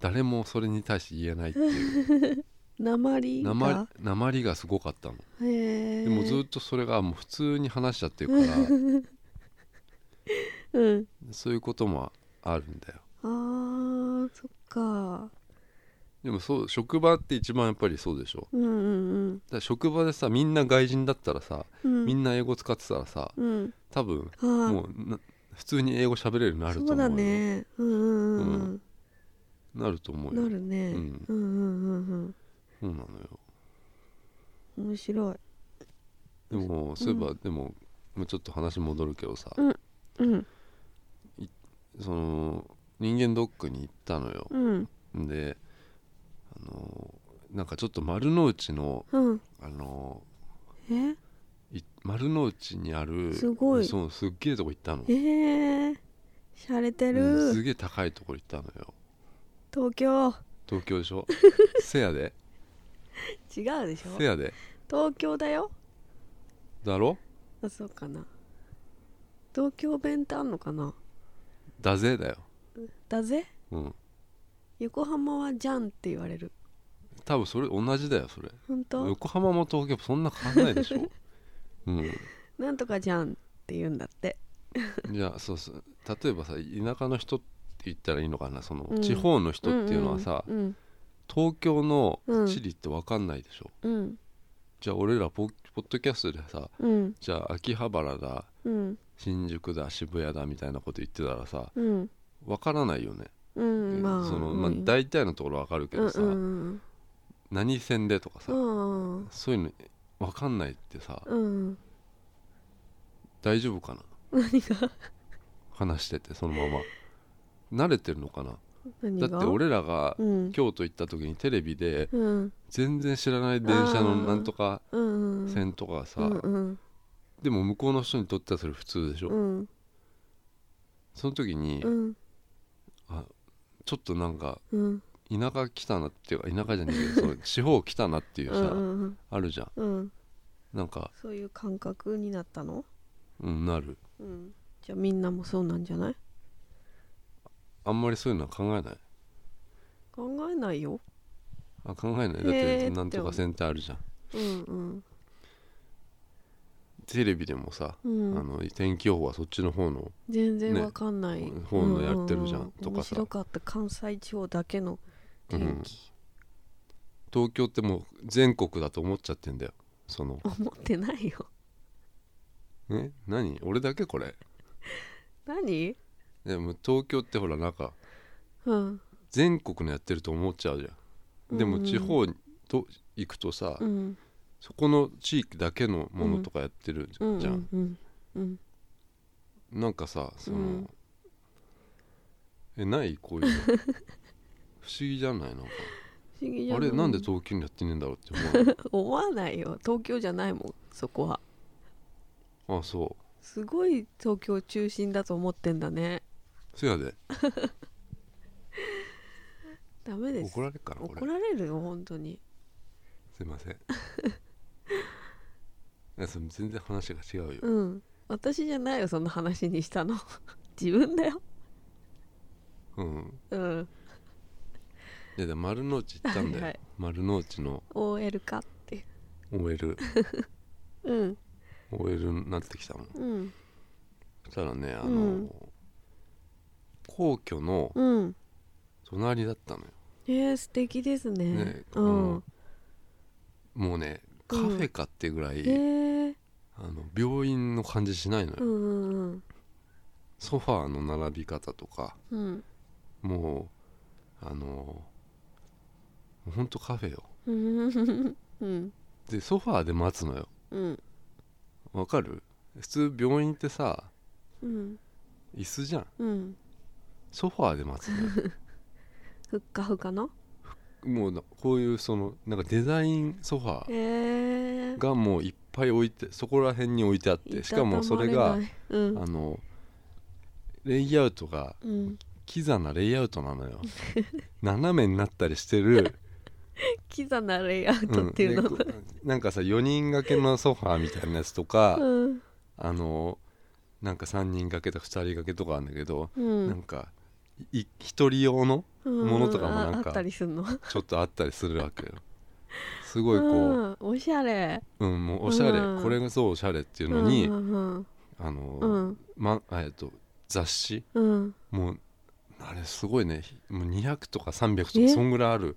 誰もそれに対して言えないっていう
鉛
な
が
まなまりがすごかったの、
へえ
でもずっとそれがもう普通に話しちゃってるから
[laughs] うん
そういうこともあるんだよ
あーそっか
でもそう職場って一番やっぱりそうでしょだか
うんうん
ら職場でさみんな外人だったらさ、
うん
み
なん
な英語使ってたらさ
うん
多分
あー
もうな普通に英語喋れるようになると思
そう
う
だ
よ
ねうんうんうんうん
なると思うよ
なるね、
うん
うんうんうん
そうなのよ
うん面白い
でもそういえば、でももうちょっと話戻るけどさ、
うん
その人間ドックに行ったのよ、
うん
であのなんかちょっと丸の内の
うん
あの
え
い丸の内にある
すごい
そうすっげえとこ行ったの、
えー、しゃれてる、
うんすげえ高いとこ行ったのよ
東京
東京で
[laughs]
しょせやで
違うでしょ
せやで
東京だよ
だろ
あそうかな東京弁ってあんのかな
だぜだよ
だぜ
うん
横浜はじゃんって言われる
多分それ同じだよそれ
本当
横浜も東京もそんな変わんないでしょ [laughs] うん
なんとかじゃんって言うんだって
いやそうそう例えばさ田舎の人って言ったらいいのかなその、
うん
地方の人っていうのはさ、
うん
東京の地理って分かんないでしょ、
うん
じゃあ俺らポポッドキャストでさ
うん
じゃあ秋葉原だ
うん
新宿だ渋谷だみたいなこと言ってたらさ
うん
分からないよね、
うんまあ
そのまあ、大体のところ分かるけどさ、
うん
何線でとかさ、
うん
そういうの分かんないってさ、
うん
大丈夫かな
何が
話しててそのまま慣れてるのかな
何
だ
が
って俺らが
うん
京都行った時にテレビで
うん
全然知らない電車のなんとか
うんうん
線とかさ、
うんうん
でも向こうの人にとってはそれ普通でしょ、
うん
その時に
うん
ちょっとなんか
うん
田舎来たなっていうか田舎じゃねえけどその地方来たなっていう
う
さ、
ん
あるじゃん
うん
なんか
そういう感覚になったの
うんなる
うんじゃあみんなもそうなんじゃない
あんまりそういうのは考えない
考えないよ
あ考えないだっ
へーってて
なんとか線ってあるじゃん
うんうん
テレビでもさ、
うん
あの天気予報はそっちの方の
全然
ね
わかんない、
ほうのやってるじゃんとか
面
さ
白かった関西地方だけの天気、
東京ってもう全国だと思っちゃってんだよその
思ってないよ
え何俺だけこれ
何
でも東京ってほらなんか
うん
全国のやってると思っちゃうじゃんでも地方にと行くとさ、
うん
そこの地域だけのものとかやってるじゃ、
うんんうんうん
なんかさその、
うん
えないこういう
[laughs]
の不思議じゃないなんか
不思議じゃ
あ
ない
れなんで東京にやってねえんだろうって思
思わないよ東京じゃないもんそこは
うあそ
すごい東京中心だと思ってんだね
うせやで
ダメです
怒られるかなこれ
怒られるよ本当に
すいま
[laughs]
せんいやそれ全然話が違うよ、
うん私じゃないよその話にしたの [laughs] 自分だよ
うん、
うん
いやでも丸の内行ったんだよ、
はいはい
丸の内の
OL かっていう
OLOL
うん
OL になってきたもん
うん
そしたらねあの、
うん
皇居の
うん
隣だったのよ、
えー、素敵ですね
ね
う
うん
ん
もうねカフェかってぐらい、
えー、
あの病院の感じしないのよ、
うんうん
ソファーの並び方とか
うんうん
もうあのもうほんとカフェよ
うんうん
でソファーで待つのよ
うん
わかる普通病院ってさ
うん
椅子じゃん
うん
ソファーで待つのよ
[laughs] ふっかふかの
もうなこういうそのなんかデザインソファ
え
ー
ー、
がもういっぱい置いてそこら辺に置いてあってしかもそれ
いたたま
が
ないうん
あのレイアウトが
うん
キザなレイアウトな
[laughs]
のよ斜めになったりしてる、
キザなレイアウ
う
ト
ん
っていうの
でこなんかさ4人掛けのソファーみたいなやつとか、
うん
あのなんか3人掛けとか2人掛けとかあるんだけど、
うん
なんかい一人用のものとかもなんか
うんああったりすんのす
ちょっとあったりするわけよすごいこう、
ん、おしゃれ
うんもうおしゃれ、
うん
これがそうおしゃれっていうのに、
うんうん
あの、
うん
ま、あえっと雑誌
うん
もうあれすごいねもう200とか300とか
え
そんぐらいある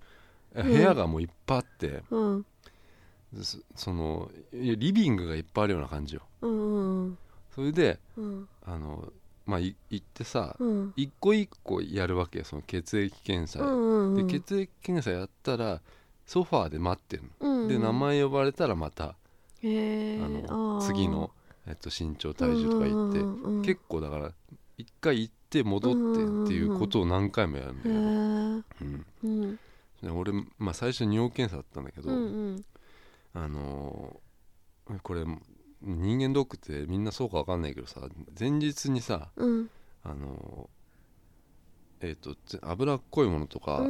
部屋がもういっぱいあって、
うん
そそのいリビングがいっぱいあるような感じよ
うんうん
それで
うん
あのまあい行ってさ、
うん
一個一個やるわけよその血液検査、
うんうん
で血液検査やったらソファーで待ってるの、
うん
で名前呼ばれたらまた、
へー
あ
あ
の
ー
次の、えっと、身長体重とか言って、
うんうんうんうん
結構だから一回行って戻ってっていうことを何回もやるんだ
へ
よ、
ー
うん
うん
で俺、まあ、最初尿検査だったんだけど、
うんうん
あのーこれ人間ドックってみんなそうかわかんないけどさ前日にさ
うん
あのーえっ、とぜ脂っこいものとか、
う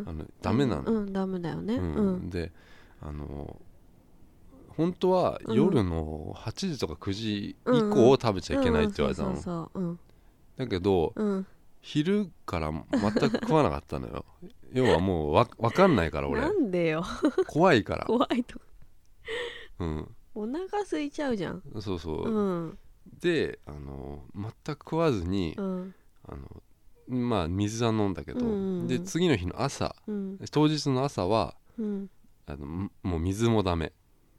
ん
あのダメなの、
うんダメだよねう
うん
ん
であの本当は夜の8時とか9時以降を食べちゃいけないって言われたの、
うんうんそうそうそう
だけど
うんうん
昼から全く食わなかったの
[laughs]
よ要はもうわわかんないから俺
なんでよ
怖いから
怖いと
うん
お腹空いちゃうじゃん
そうそう、
うん
であの全く食わずに、
うん
あのまあ水は飲んだけど、
うんうんうん
で次の日の朝
うん
当日の朝は
うん
あのもう水もダメ、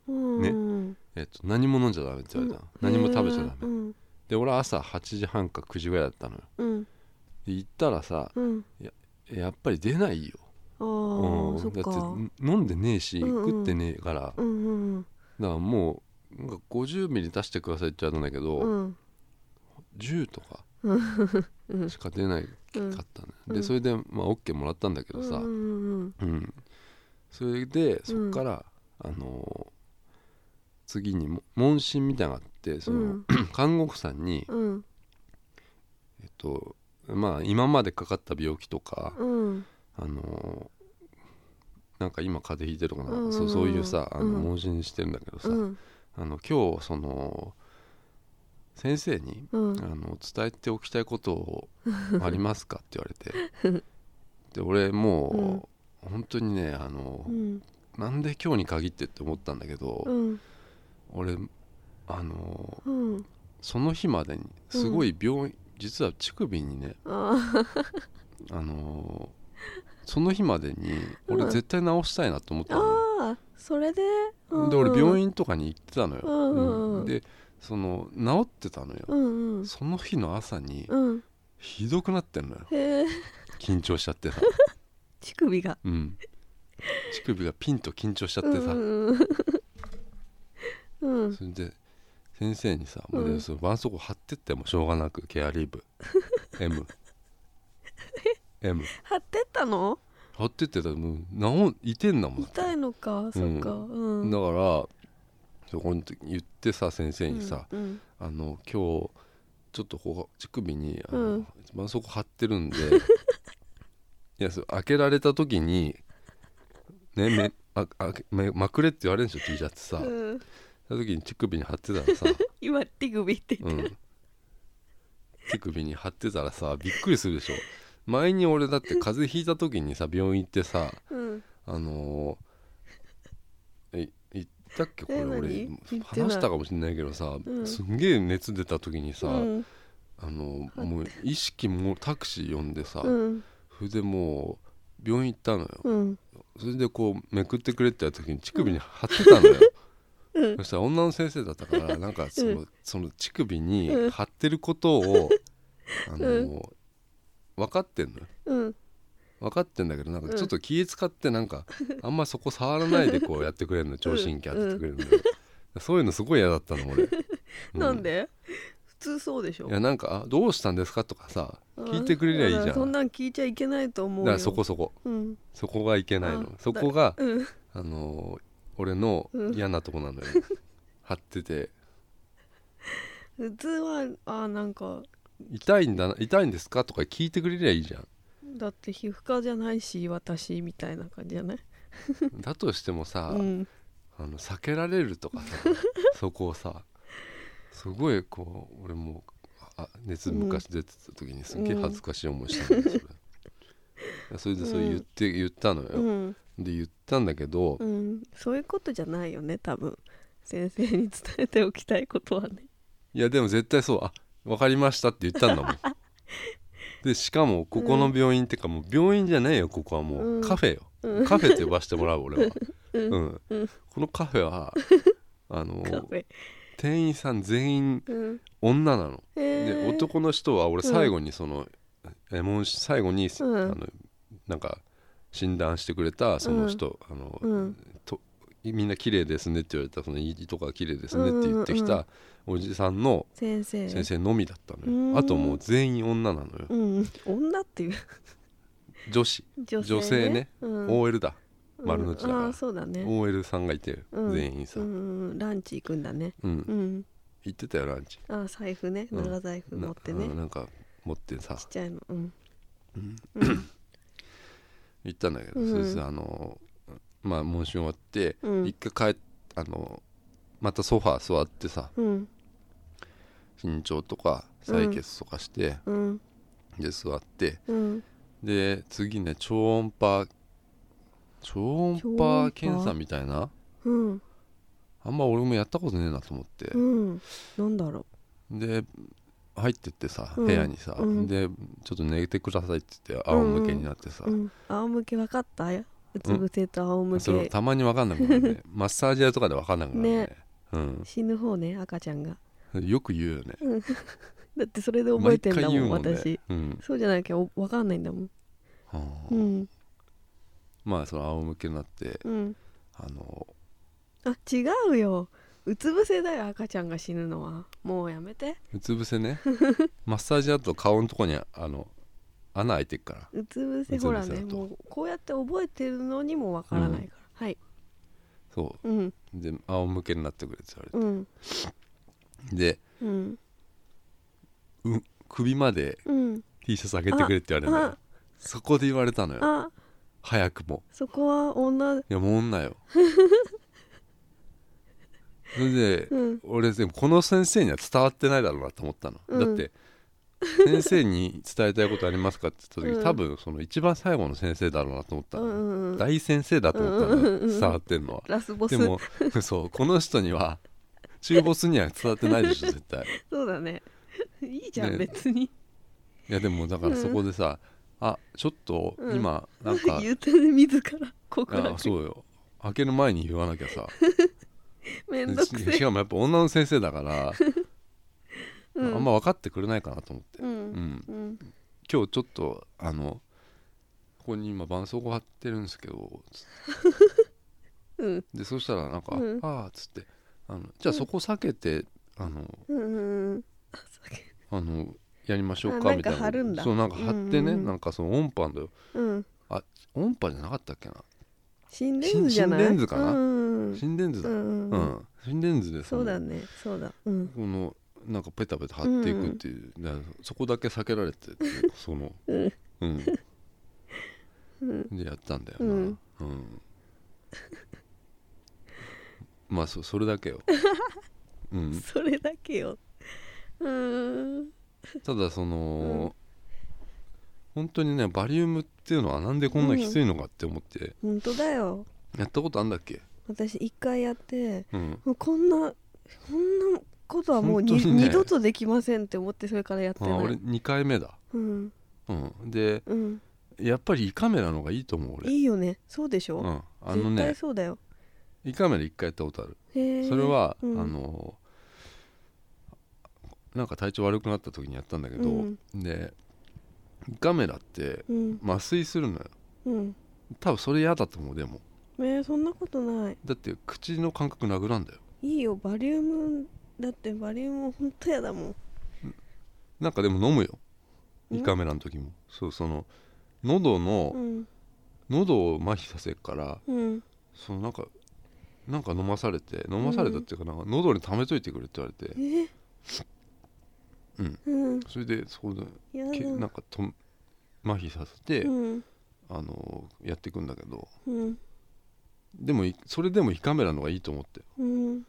うん
ね
うん
えっと、何も飲んじゃダメって言われたの、何も食べちゃダメ、
うん
で俺は朝8時半か9時ぐらいだったのよ
うん
で行ったらさ
うん
やっぱり出ないよ、
あ
う
ー
ん
そっ
だって
か
ん飲んでねえし、
うんうん
食ってねえからだか
うんうん
らもうなんか50ミリ出してくださいって言われたんだけど、
うん
10とか
うん
しか出ないか
うん
ったね、
うん
でそれで、まあ、OK もらったんだけどさ、
うんうん
うん、それでそっから、あのー次にも問診みたいなのがあってその、
うん
[clears throat] 看護婦さんに、
うん
えっとまあ、今までかかった病気とか、
うん
あのーなんか今風邪ひいてるとかな、
うんうんうん
そうそういうさあの
うん
問診してるんだけどさ、
うん
あの今日その先生に、
うん
あの伝えておきたいこと
[laughs]
をありますかって言われてで俺もう、本当にねあの、
うん
なんで今日に限ってって思ったんだけど、
うん
俺あの
うん
その日までにすごい病院、実は乳首にね
あー
あのその日までに
うん
俺絶対治したいなと思ったの、
あーそれで
で俺病
院
院とかに行ってたのよ、
うんうんうん
でその治ってたのよ、
うんうん
その日の朝に
うん
ひどくなってんのよ
へえ
緊張しちゃってさ、
乳首が
うん、乳首がピンと緊張しちゃってさ、
うんうんうん
それで先生にさ、
うん
もうねその絆創膏貼ってってもしょうがなくケア
[laughs]
リーブ M M
貼ってったの
貼ってってたらもう治んいてんだもんだって
痛いのかそっかうん
だからそこに言ってさ先生にさ、
うん
あの今日ちょっとこう乳首にあの、
うん
絆創膏貼ってるん
[laughs]
でいやそれ開けられた時にねめああけめまくれって言われるんでしょ T シャツさ、
うん
その時に乳首に貼ってたらさ
今手首って言
う
って
ん、手首に貼ってたらさびっくりするでしょ前に俺
[laughs]
だって風邪ひいた時にさ病院行ってさ
うん
あのーえ言ったっけこれ
え
俺
何言ってない
話したかもしれないけどさ、
うん
すんげえ熱出た時にさ、
うん
あのーもう意識もタクシー呼んでさ、
うん
それでもう病院行ったのよ、
うん
それでこうめくってくれってやった時に乳首に貼ってたのよ、
うん
そしたら女の先生だったからなんかその,、
うん
その乳首に
うん
貼ってることを、あの
う
分かってんのよ
うん
分かってんだけどなん
う
か
ん
ちょっと気使ってなんか、あんまそこ触らないでこうやってくれるの聴診器当ててくれるのよ、そういうのすごい嫌だった
[laughs]
の俺、う
なんで普通そうでしょ
いやなんかあ「どうしたんですか?」とかさ聞いてくれりゃいいじ
う
ゃん
そんなん聞いちゃいけないと思
だ
う
か
よ
らそこそこ
うん
そこがいけないの
あ
そこが
うん
あのー俺の
うん
嫌なとこな
[laughs]
のよ、貼ってて
普通はあなんか
痛いんだな痛いんですかとか聞いてくれりゃいいじ
[laughs]
ゃん
だって皮膚科じゃないし私みたいな感じじゃない
だとしてもさ、
うん
あの避けられるとか
[laughs]
さそこをさすごいこう俺もうあ熱昔出てた時にすっげえ恥ずかしい思いしたんですよ、
[laughs]
俺それでそれ言って、言ったのよ、
うん
で言ったんだけど、
うんそういうことじゃないよね多分先生に伝えておきたいことはね
いやでも絶対そうあわかりましたって言ったんだ
[laughs]
もんでしかもここの病院ってかもう病院じゃねえよここはもう、
うん
カフェよ、
うん
カフェって呼ばせてもらう俺は、
うん
うん
うん
このカフェ
[laughs]
はあの
カフェ
店員さん全員
うん
女なの、
へえ
で男の人は俺
うん
最後にその、えもう最後に、
うん
あのなんか診断してくれたその人、あの
うん
とみんな綺麗ですねって言われたそのいいとか綺麗ですねって言ってき
うんうん
たおじさんの、
先生
先生のみだったの
うー
よ
ん
あともう全員女なのよ
うん女っていう
女子、
女性
女性ね
うん、
OL だ丸の内だから、
うんあーそうだね
OL さんがいて、
うん
全員さ、
う
うん
んうんランチ行くんだねうん
行ってたよランチ
あー財布ね
うん
長財布持ってね
なうんなんか持ってさ
ちっちゃいのうん
行ったんだけど、
うん
それさあのまあ問診終わって、
うん
一回帰っあのまたソファー座ってさ
うん
身長とか採血とかして、
うん
で座って
うん
で次ね超音波超音
超音
波
波
検査みたいな
うん
あんま俺もやったことねえなと思って
う、んなんだろ
で入ってってさ
うん
部屋にさ、
うん
でちょっと寝てくださいって言って仰向けになってさ、
ううん仰向け分かったうつ伏せと仰向
それも
け
たまに分かんなくなる
[laughs]
ねマッサージ屋とかで分かんなくなるね
ね死ぬ方ね赤ちゃんが
うん、よく言うよね
だってそれで覚えてんだもん
毎回言
私
うもんね、
そうじゃなきゃお分かんないんだもん
うんはあ
うん
まあその仰向けになって
うん
あの
あ違うようつ伏せだよ赤ちゃんが死ぬのはもうやめて
うつ伏せ
[laughs]
ねマッサージだと顔のとこにあの穴開いてるから
うつ伏せ
うつ伏せだと
ほらねもうこうやって覚えてるのにもわからないから、はい
そ
うん
うで仰向けになってくれって言われ
うん
て、で
うん
首まで
うん
T シャツ上げてくれって言われるのよ
あ
そこで言われたのよ
あ
早くも
そこは女
いやもう女
[laughs]
よそれで、
うん
俺でもこの先生には伝わってないだろうなと思ったの、
うん
だって先生に伝えたいことありますかって言った時、
うん
多分その一番最後の先生だろうなと思った
う
の、
んうんうん
大先生だと思ったのよ、
うんうんうんう
伝
ん
わってんのは
ラスボス
でもそうこの人には中ボスには伝わってないでし
[laughs]
ょ絶対
そうだね [laughs] いいじゃん、
ね
別に
いやでもだからそこでさ、あちょっと
うん
今なんか、
[laughs] 言うて自ら告
あ
白
そうよ開ける前に言わなきゃさ
めんどく
でし [laughs]
せえ
しかもやっぱ女の先生だから、
うん
あんま分かってくれないかなと思って、
う
うん
んうん
今日ちょっとあのここに今絆創膏貼ってるんですけどつって
うん
でそしたらなんか「
うん
ああ」っつってあの「じゃあそこ避けて、あの
うんうんうんあそうか
あのやりましょう
あ
か」
なん
み
か
たいな
貼るんだ
そうなんか貼ってね、
うんうんうん
なんかその音波だよ
うん
音波じゃなかったっけな
心電図じゃない
心電図かな
うんうん
心電図
う
だ、うん
んうんうん
心電図でそ
そ
の
うだねそうだうん
このなんかペタペタ貼っていくっていう、だからそこだけ避けられてっていうかその
うん
うん
うん
でやったんだよな
う
うんん、まあそそれだ
[laughs]
けよ、うん、
それだけようーん
ただその、本当にねバリウムっていうのはなんでこんなきついのかって思って、
本当だよ
やったことあんだっけ
私一回やって
うん
もうこんなこんなことはもうに、
本当にね
二度とできませんって思ってそれからやって
あ
ない
俺2回目だ
うん
うんで
うん
やっぱり胃カメラの方がいいと思う俺
いいよねそうでし
う
ょ、
んあの
絶対
ね
そうだよ
胃カメラ1回やったことある
へえ
それは、
うん
あのなんか体調悪くなった時にやったんだけど、
うん
でガメラって
うん
麻酔するのよ
うん
多分それ嫌だと思うでも
えーそんなことない
だって口の感覚なくなんだよ
いいよバリウムだってバリウムほんとやだもん
なんかでも飲むよ
うん
胃カメラの時もそうその喉の、
うん
喉を麻痺させるから
うん
そのなんかなんか飲まされて飲まされたっていうかなんか喉に溜めといてくれって言われて
え、ー
うん
うん
それでそこで
や
けなん
だ
かと麻痺させて、
うん
あのやっていくんだけど
うん
でもいそれでも胃カメラの方がいいと思って
うん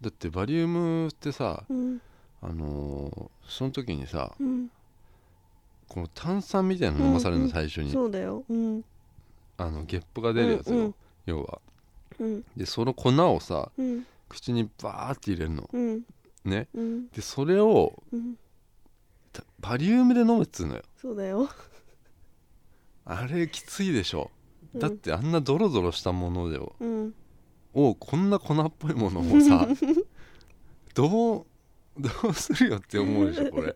だってバリウムってさ、
うん
あのーその時にさ
うん
この炭酸みたいなの飲まされる
う
の
んうん
最初に、
そうだようん
あのゲップが出るやつよ、
うんうん
要は
うん
でその粉をさ
うん
口にバーって入れるの
うん
ね
うん
でそれを
うん
たバリウムで飲むっつうのよ
そうだよ
あれきついでしょ
うん
だってあんなドロドロしたものでを
うん
をこんな粉っぽいものを
[laughs]
さどうどうするよって思うでしょこれ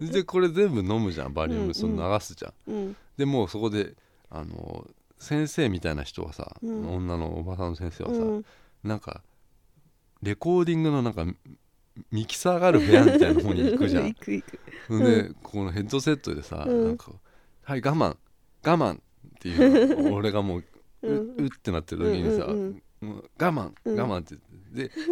でこれ全部飲むじゃんバリウ
うんう
ム
ん
その流すじゃん、
うん
でもうそこであの先生みたいな人はさ、
うん
女のおばさんの先生は
う
さ、
ん
なんかレコーディングのなんかミミキサーがある部屋みたいな方に行くじゃん
行く行く
でこのヘッドセットでさ、
うん
なんか「はい我慢我慢っていう俺がもうう,、
う
うんってなってる時にさ、
うんうん
もう我慢
うん
我慢って言って、で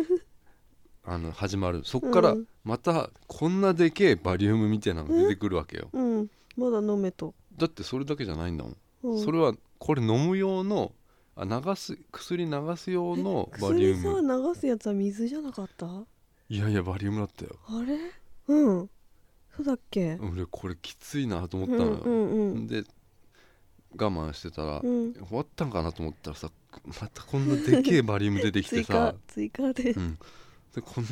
あの始まるそっから
うん
またこんなでけえバリウムみたいなのが出てくるわけよ、
うんまだ飲めと、
だってそれだけじゃないんだもん、
うん、
それはこれ飲む用のあ流す薬流す用のバリ
薬
ウ
さ
ム
流すやつは水じゃなかったあ
いやいやバリウムだったよ
れうんそうだっけ
俺これきついなと思
う
っ
ん
たのよ、
うんうん
で我慢してたら、
うん
終わったんかなと思ったらさまたこんなでけえバリウム出てきて
追加 [laughs]
さ、
追加で
うん、でこんな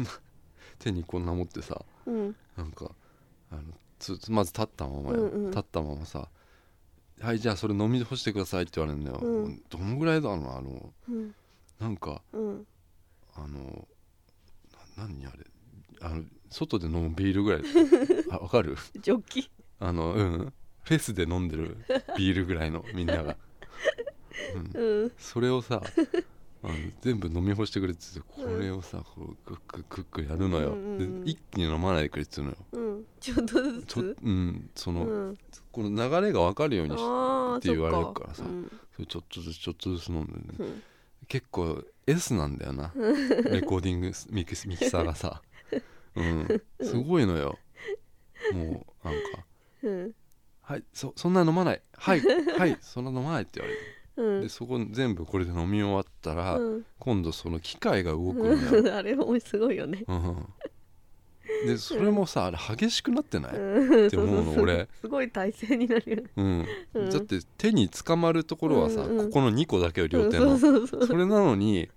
手にこんな持ってさ
うん
なんかあのつつまず立ったままよ、
うんうん
立ったままさ「はいじゃあそれ飲み干してください」って言われるんだよ、
うん
どのぐらいだろうなあの
うん
なんか
うん
あのな何あれあの外で飲むビール
[laughs]
ぐらいあわかる
ジョッキ
あのうんフェスで飲んでるビールぐらいのみんなが、うん、
うん
それをさあの全部飲み干してくれって言ってこれをさこうクッククックやるのよ、
うんうんうん
で一気に飲まないでくれって言うのよ
うんちょっとず
ちょ
つ
うんそうの、
ん
この流れが分かるようにし
ああ
って言われるからさ
うん
それちょっとずつちょっとずつ飲んで、ね、
うん
結構 S なんだよ
[laughs]
なレコーディングミキミキサーがさ、うん、すごいのよもうなんか
うん
「はいそそんな飲まないはい
[laughs]
はいそんな飲まない」って言われて
うん
でそこ全部これで飲み終わったら、
うん
今度その機械が動くのよ
[laughs] うんあれもすごいよね
うんでそれもさあれ激しくなってない、
うん
って思うの
そそ
俺
すごい体勢になるよね
うん
うん
だって手につかまるところはさ、
うんうん
ここの2個だけよ両手
う
の
んそうそうそう
それなのに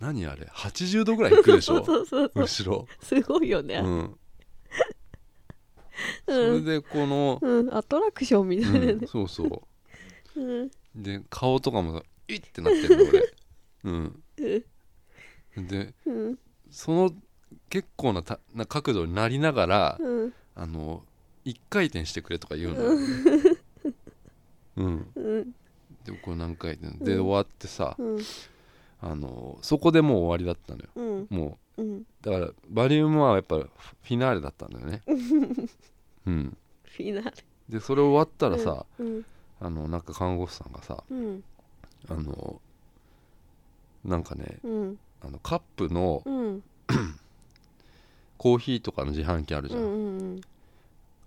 何あれ80度ぐらいいくでしょ
[laughs] そうそうそう
後ろ、
すごいよね、
うん、
う
それ
ん
でこの、
うん、アトラクションみたいなね、 [laughs]
うんそうそう
うん
で顔とかもさ「いっ!」てなってるの俺うん
[laughs] うん
で
うん
その結構なたな角度になりながら、
うん
あの一回転してくれとか言うのよ、うん、
うん
でこう何回転
う
で
ん
終わってさ、
うん
あのそこでもう終わりだったのよ
うん
も
うん
うだからバリウムはやっぱフィナーレだったんだ
[laughs]
よねうん
フィナーレ
でそれ終わったらさ、
うん
あのなんか看護師さんがさ
うん
あのなんかね
うん
あのカップの
うん
コーヒーとかの自販機あるじ
う
ゃん、
ん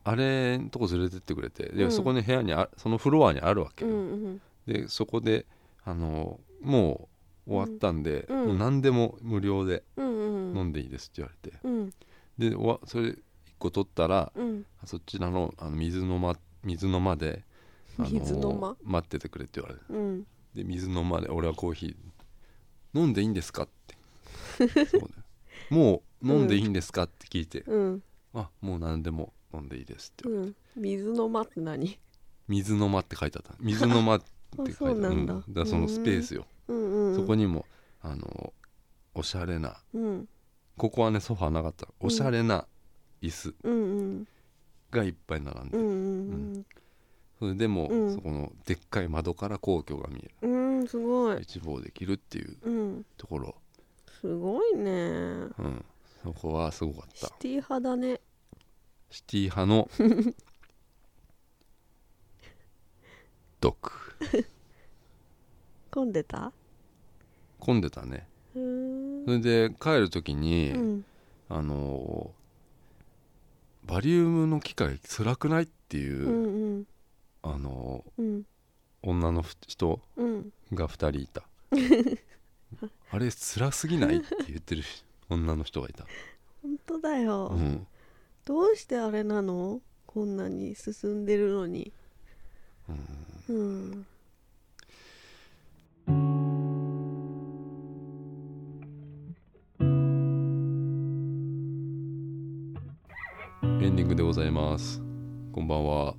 あれんとこ連れてってくれてで、
うん
そこに部屋にあそのフロアにあるわけ
う
よ、
ん
でそこであのもう終わったんで、
うん
もう何でも無料で
うんうん
飲んでいいですって言われて、
うん
でおわそれ1個取ったら
うん
そちらのあの水の間水の間で、あの
水の間
待っててくれって言われて
うん
で水の間で俺はコーヒー飲んでいいんですかって
[laughs]
そうだよもう飲んでいいんですかって聞いて、
うん
あもう何でも飲んでいいですって言われて
うん水の間って何
水の間って書いてあった水の間って書いてあ
あ
っ
そう
た
なんだ
だからそのスペースよ、
うんうん
そこ
に
にもあのおしゃれな
うん
ここはねソファーなかったおしゃれな椅子
うんうん
がいっぱい並んで、
うんうん
それでも、
うん
そこのでっかい窓から皇居が見え
うんうんすご
る
い
一望できるっていう
うん
ところ、
すごいね
うん、そこはすごかっ
シ
た
ティ派だね
シティ派
[laughs]
の毒
混んでた
混んでたね
うーん
それで帰る時に、
うん
あのーバリウムの機械辛くないっていうう、
ん
あの
うんうん
ー女のふ人
うん
が2人
[laughs]
いたあれ辛すぎないって言ってるし女の人がい
[laughs]
た、
本当だよ、
うん、
どうしてあれなのこんなに進んでるのにうん
エンディングでございますこんばんは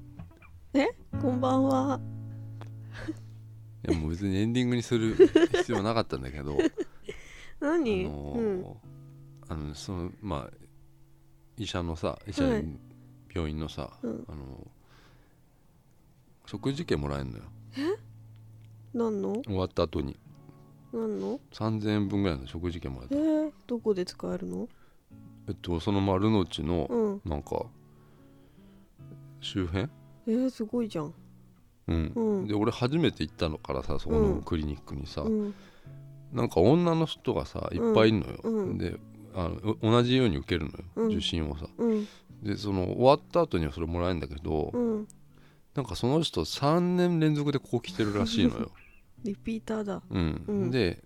こんばんはい
やもう別にエンディングにす
[laughs]
る必要はなかったんだけどあ
何、
の
うん
ーあのそのまあ医者のさ医者に、
はい
病院のさ、
うん
あのー食事券もらえるのよ
何の
終わった後に
何の
3000円分ぐらいの食事券もらえ
え
た、
ー、どこで使えるの
えっとその丸の内の
うん
なんか周辺
えー、すごいじゃん
うん
うん
で俺初めて行ったのからさそこ
う
の
ん
クリニックにさ、
うん
なんか女の人がさいっぱいいるのよ、
うんうん
であのお同じように受けるのよ、
うん
受診をさ
うん
でその終わった後にはそれもらえるんだけど、
うん
なんかその人3年連続でここ来てるらしいの
[laughs]
よ、
リピーターだ
うん
うん
で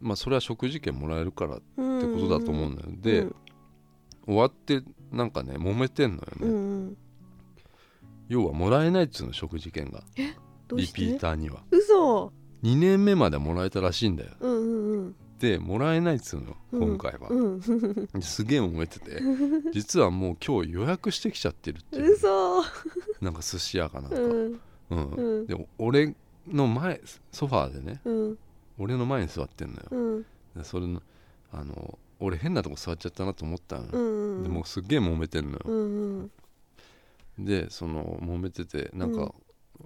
まあそれは食事券もらえるからって
うん
ことだと思うんだよ、で、
うん
終わってなんかね揉めてんの
う
よね、
んうん
要はもらえないっつうの食事券が
どう
リ
して
ピーターには
嘘
2年目まではもらえたらしいんだよ
うんうん
でもらえないっつうのよ
うん
今回は
う、んうん
ですげえ揉めて
[laughs]
て実はもう今日予約してきちゃってるっていう
嘘
なんか寿司屋かなんか、
う
うん
んうん
で俺の前ソファーでね
うん
俺の前に座ってんのよ、
うん
でそれのあの俺変なとこ座っちゃったなと思ったのよ、
うん
でもうすっげえ揉めてんのよ、
うんうん
でその揉めててなんか、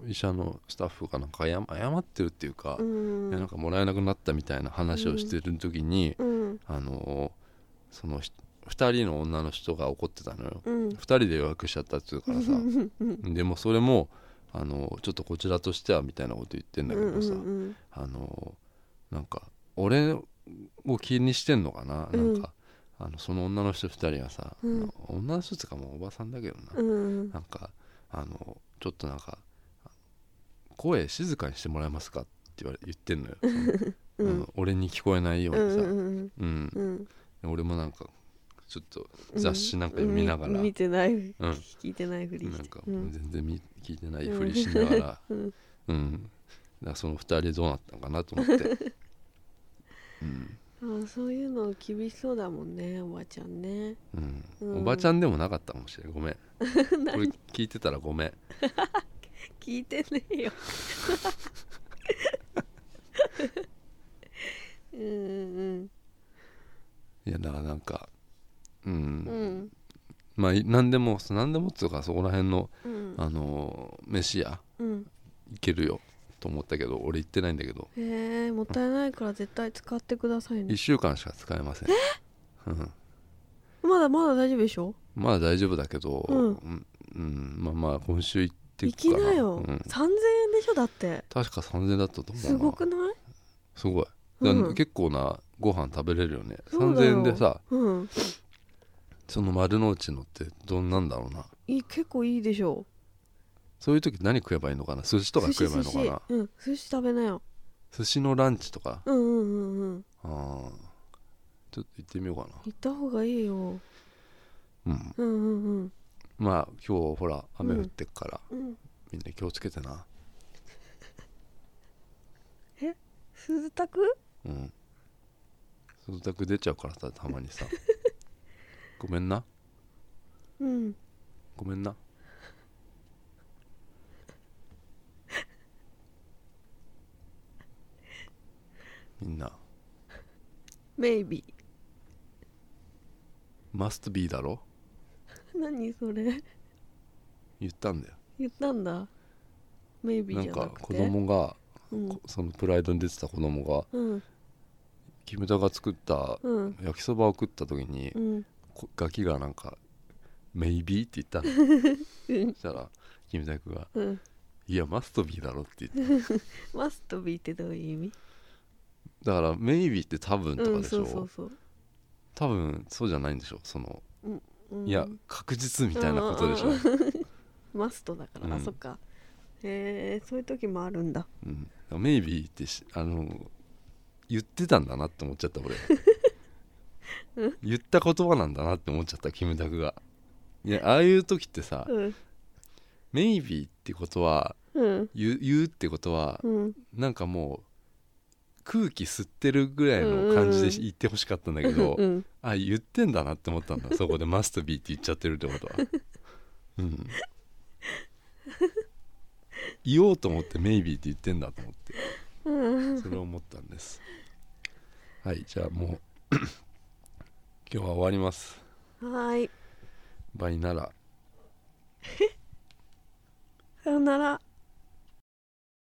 医者のスタッフがなんか謝謝ってるっていうか、
うん
いやなんかもらえなくなったみたいな話をしてる時に、
うん
あのそのひ2人の女の人が怒ってたのよ、
うん
2人で予約しちゃったっつうから
[laughs]
さでもそれもあのちょっとこちらとしてはみたいなこと言ってんだけどさ、
うんうん
あのなんか俺を気にしてんのかな,、
うん
なんかあのその女の人2人がさ、
うん
あの女の人っていうかもうおばさんだけどな、
うんうん
なんかあのちょっとなんか「声静かにしてもらえますか?」って言われ言ってんの
[laughs]
よ、そのあの俺に聞こえないよう
うん
に
う
さ、
ん
うん
うんうん
俺もなんかちょっと
うん
雑誌なんか見ながら、
み見てない聞
うん
いてないふり
な
し
ん
て
か
うん
全然み聞いてないふりしながら、
[laughs] うん
うん、だからその2人どうなったのかなと思
[laughs]
って、うん
あーそういうの厳しそうだもんねおばちゃんね
うん
うん
おばちゃんでもなかったかもしれないご
[laughs]
めんこれ聞いてたらごめん
聞いてね
[laughs]
えようんうん
いやだからなんかう、
うんん
まあい何でも何でもっつうかそこら辺の、
うん
あのー飯屋
うん
行けるよと思ったけど俺行ってないんだけど
へえもったいないから絶対使ってください
1
ね
週間しか使えません、うん、
まだまだ大丈夫でしょ
まあ大丈夫だけど、
うん
うんうんまあまあ今週行ってく
行
か
き
な
なよ
うん、
3000円でしょだって
確か3000だったと思うな
すごくない
すごいだから
うん
結構なご飯食べれるよね、
そうだ
3000
よ
円でさ
うん
その丸の内のってどんなんだろうない
い結構いいでしょ
そういう時何食えばいいのかな寿司とか
寿
食えばい
司
い
寿
のか
司
な寿司
うん寿司食べなよ
のランチとか
うんうんうんうん
あーちょっと行ってみようか
行った方がいいよ
なうん
うんうん
まあ今日ほら雨降ってっから、
うんうん
みんな気をつけてな
鈴卓
うんその宅出ちゃうからさたまに
[laughs]
さごめんな
うん
ごめんなみんな
メイビ
マストビーだろ
ー何それ
言ったんだよ
言ったんだメイビ
な
ーじ
ん
ゃ
か
なくて
子供が
うん
こそのプライドに出てた子供が
うん
キムタが作った
うん
焼きそばを食った時に
うん
こガキがなんか「メイビー」って言ったの
[laughs] うん
そしたらキムタクが
うん
「いやマストビーだろ」って言って
マストビーってどういう意味
だから「メイビー」って多分と
う
か
ん
でし
そうそ
ょ
うそう
多分そうじゃないんでしょその
うん
いや確実みたいなことでしょ
うんうんマストだから、
うん
あそっかへえそういう時もあるんだ
うんだからメイビーってしあの言ってたんだなって思っちゃった
[laughs]
俺言った言葉なんだなって思っちゃったキムタクがいやああいう時ってさ
うん
メイビーってことは
うん
言う言うってことは
うん
なんかもう空気吸ってるぐらいの感じで
うん
言ってほしかったんだけど、
うん
あ言ってんだなって思ったんだそこで「マストビー」って言っちゃってるってことは [laughs] うん言おうと思って「メイビー」って言ってんだと思って
うん
それを思ったんですはいじゃあもう [clears throat] 今日は終わります
はーい
バイなら
さよなら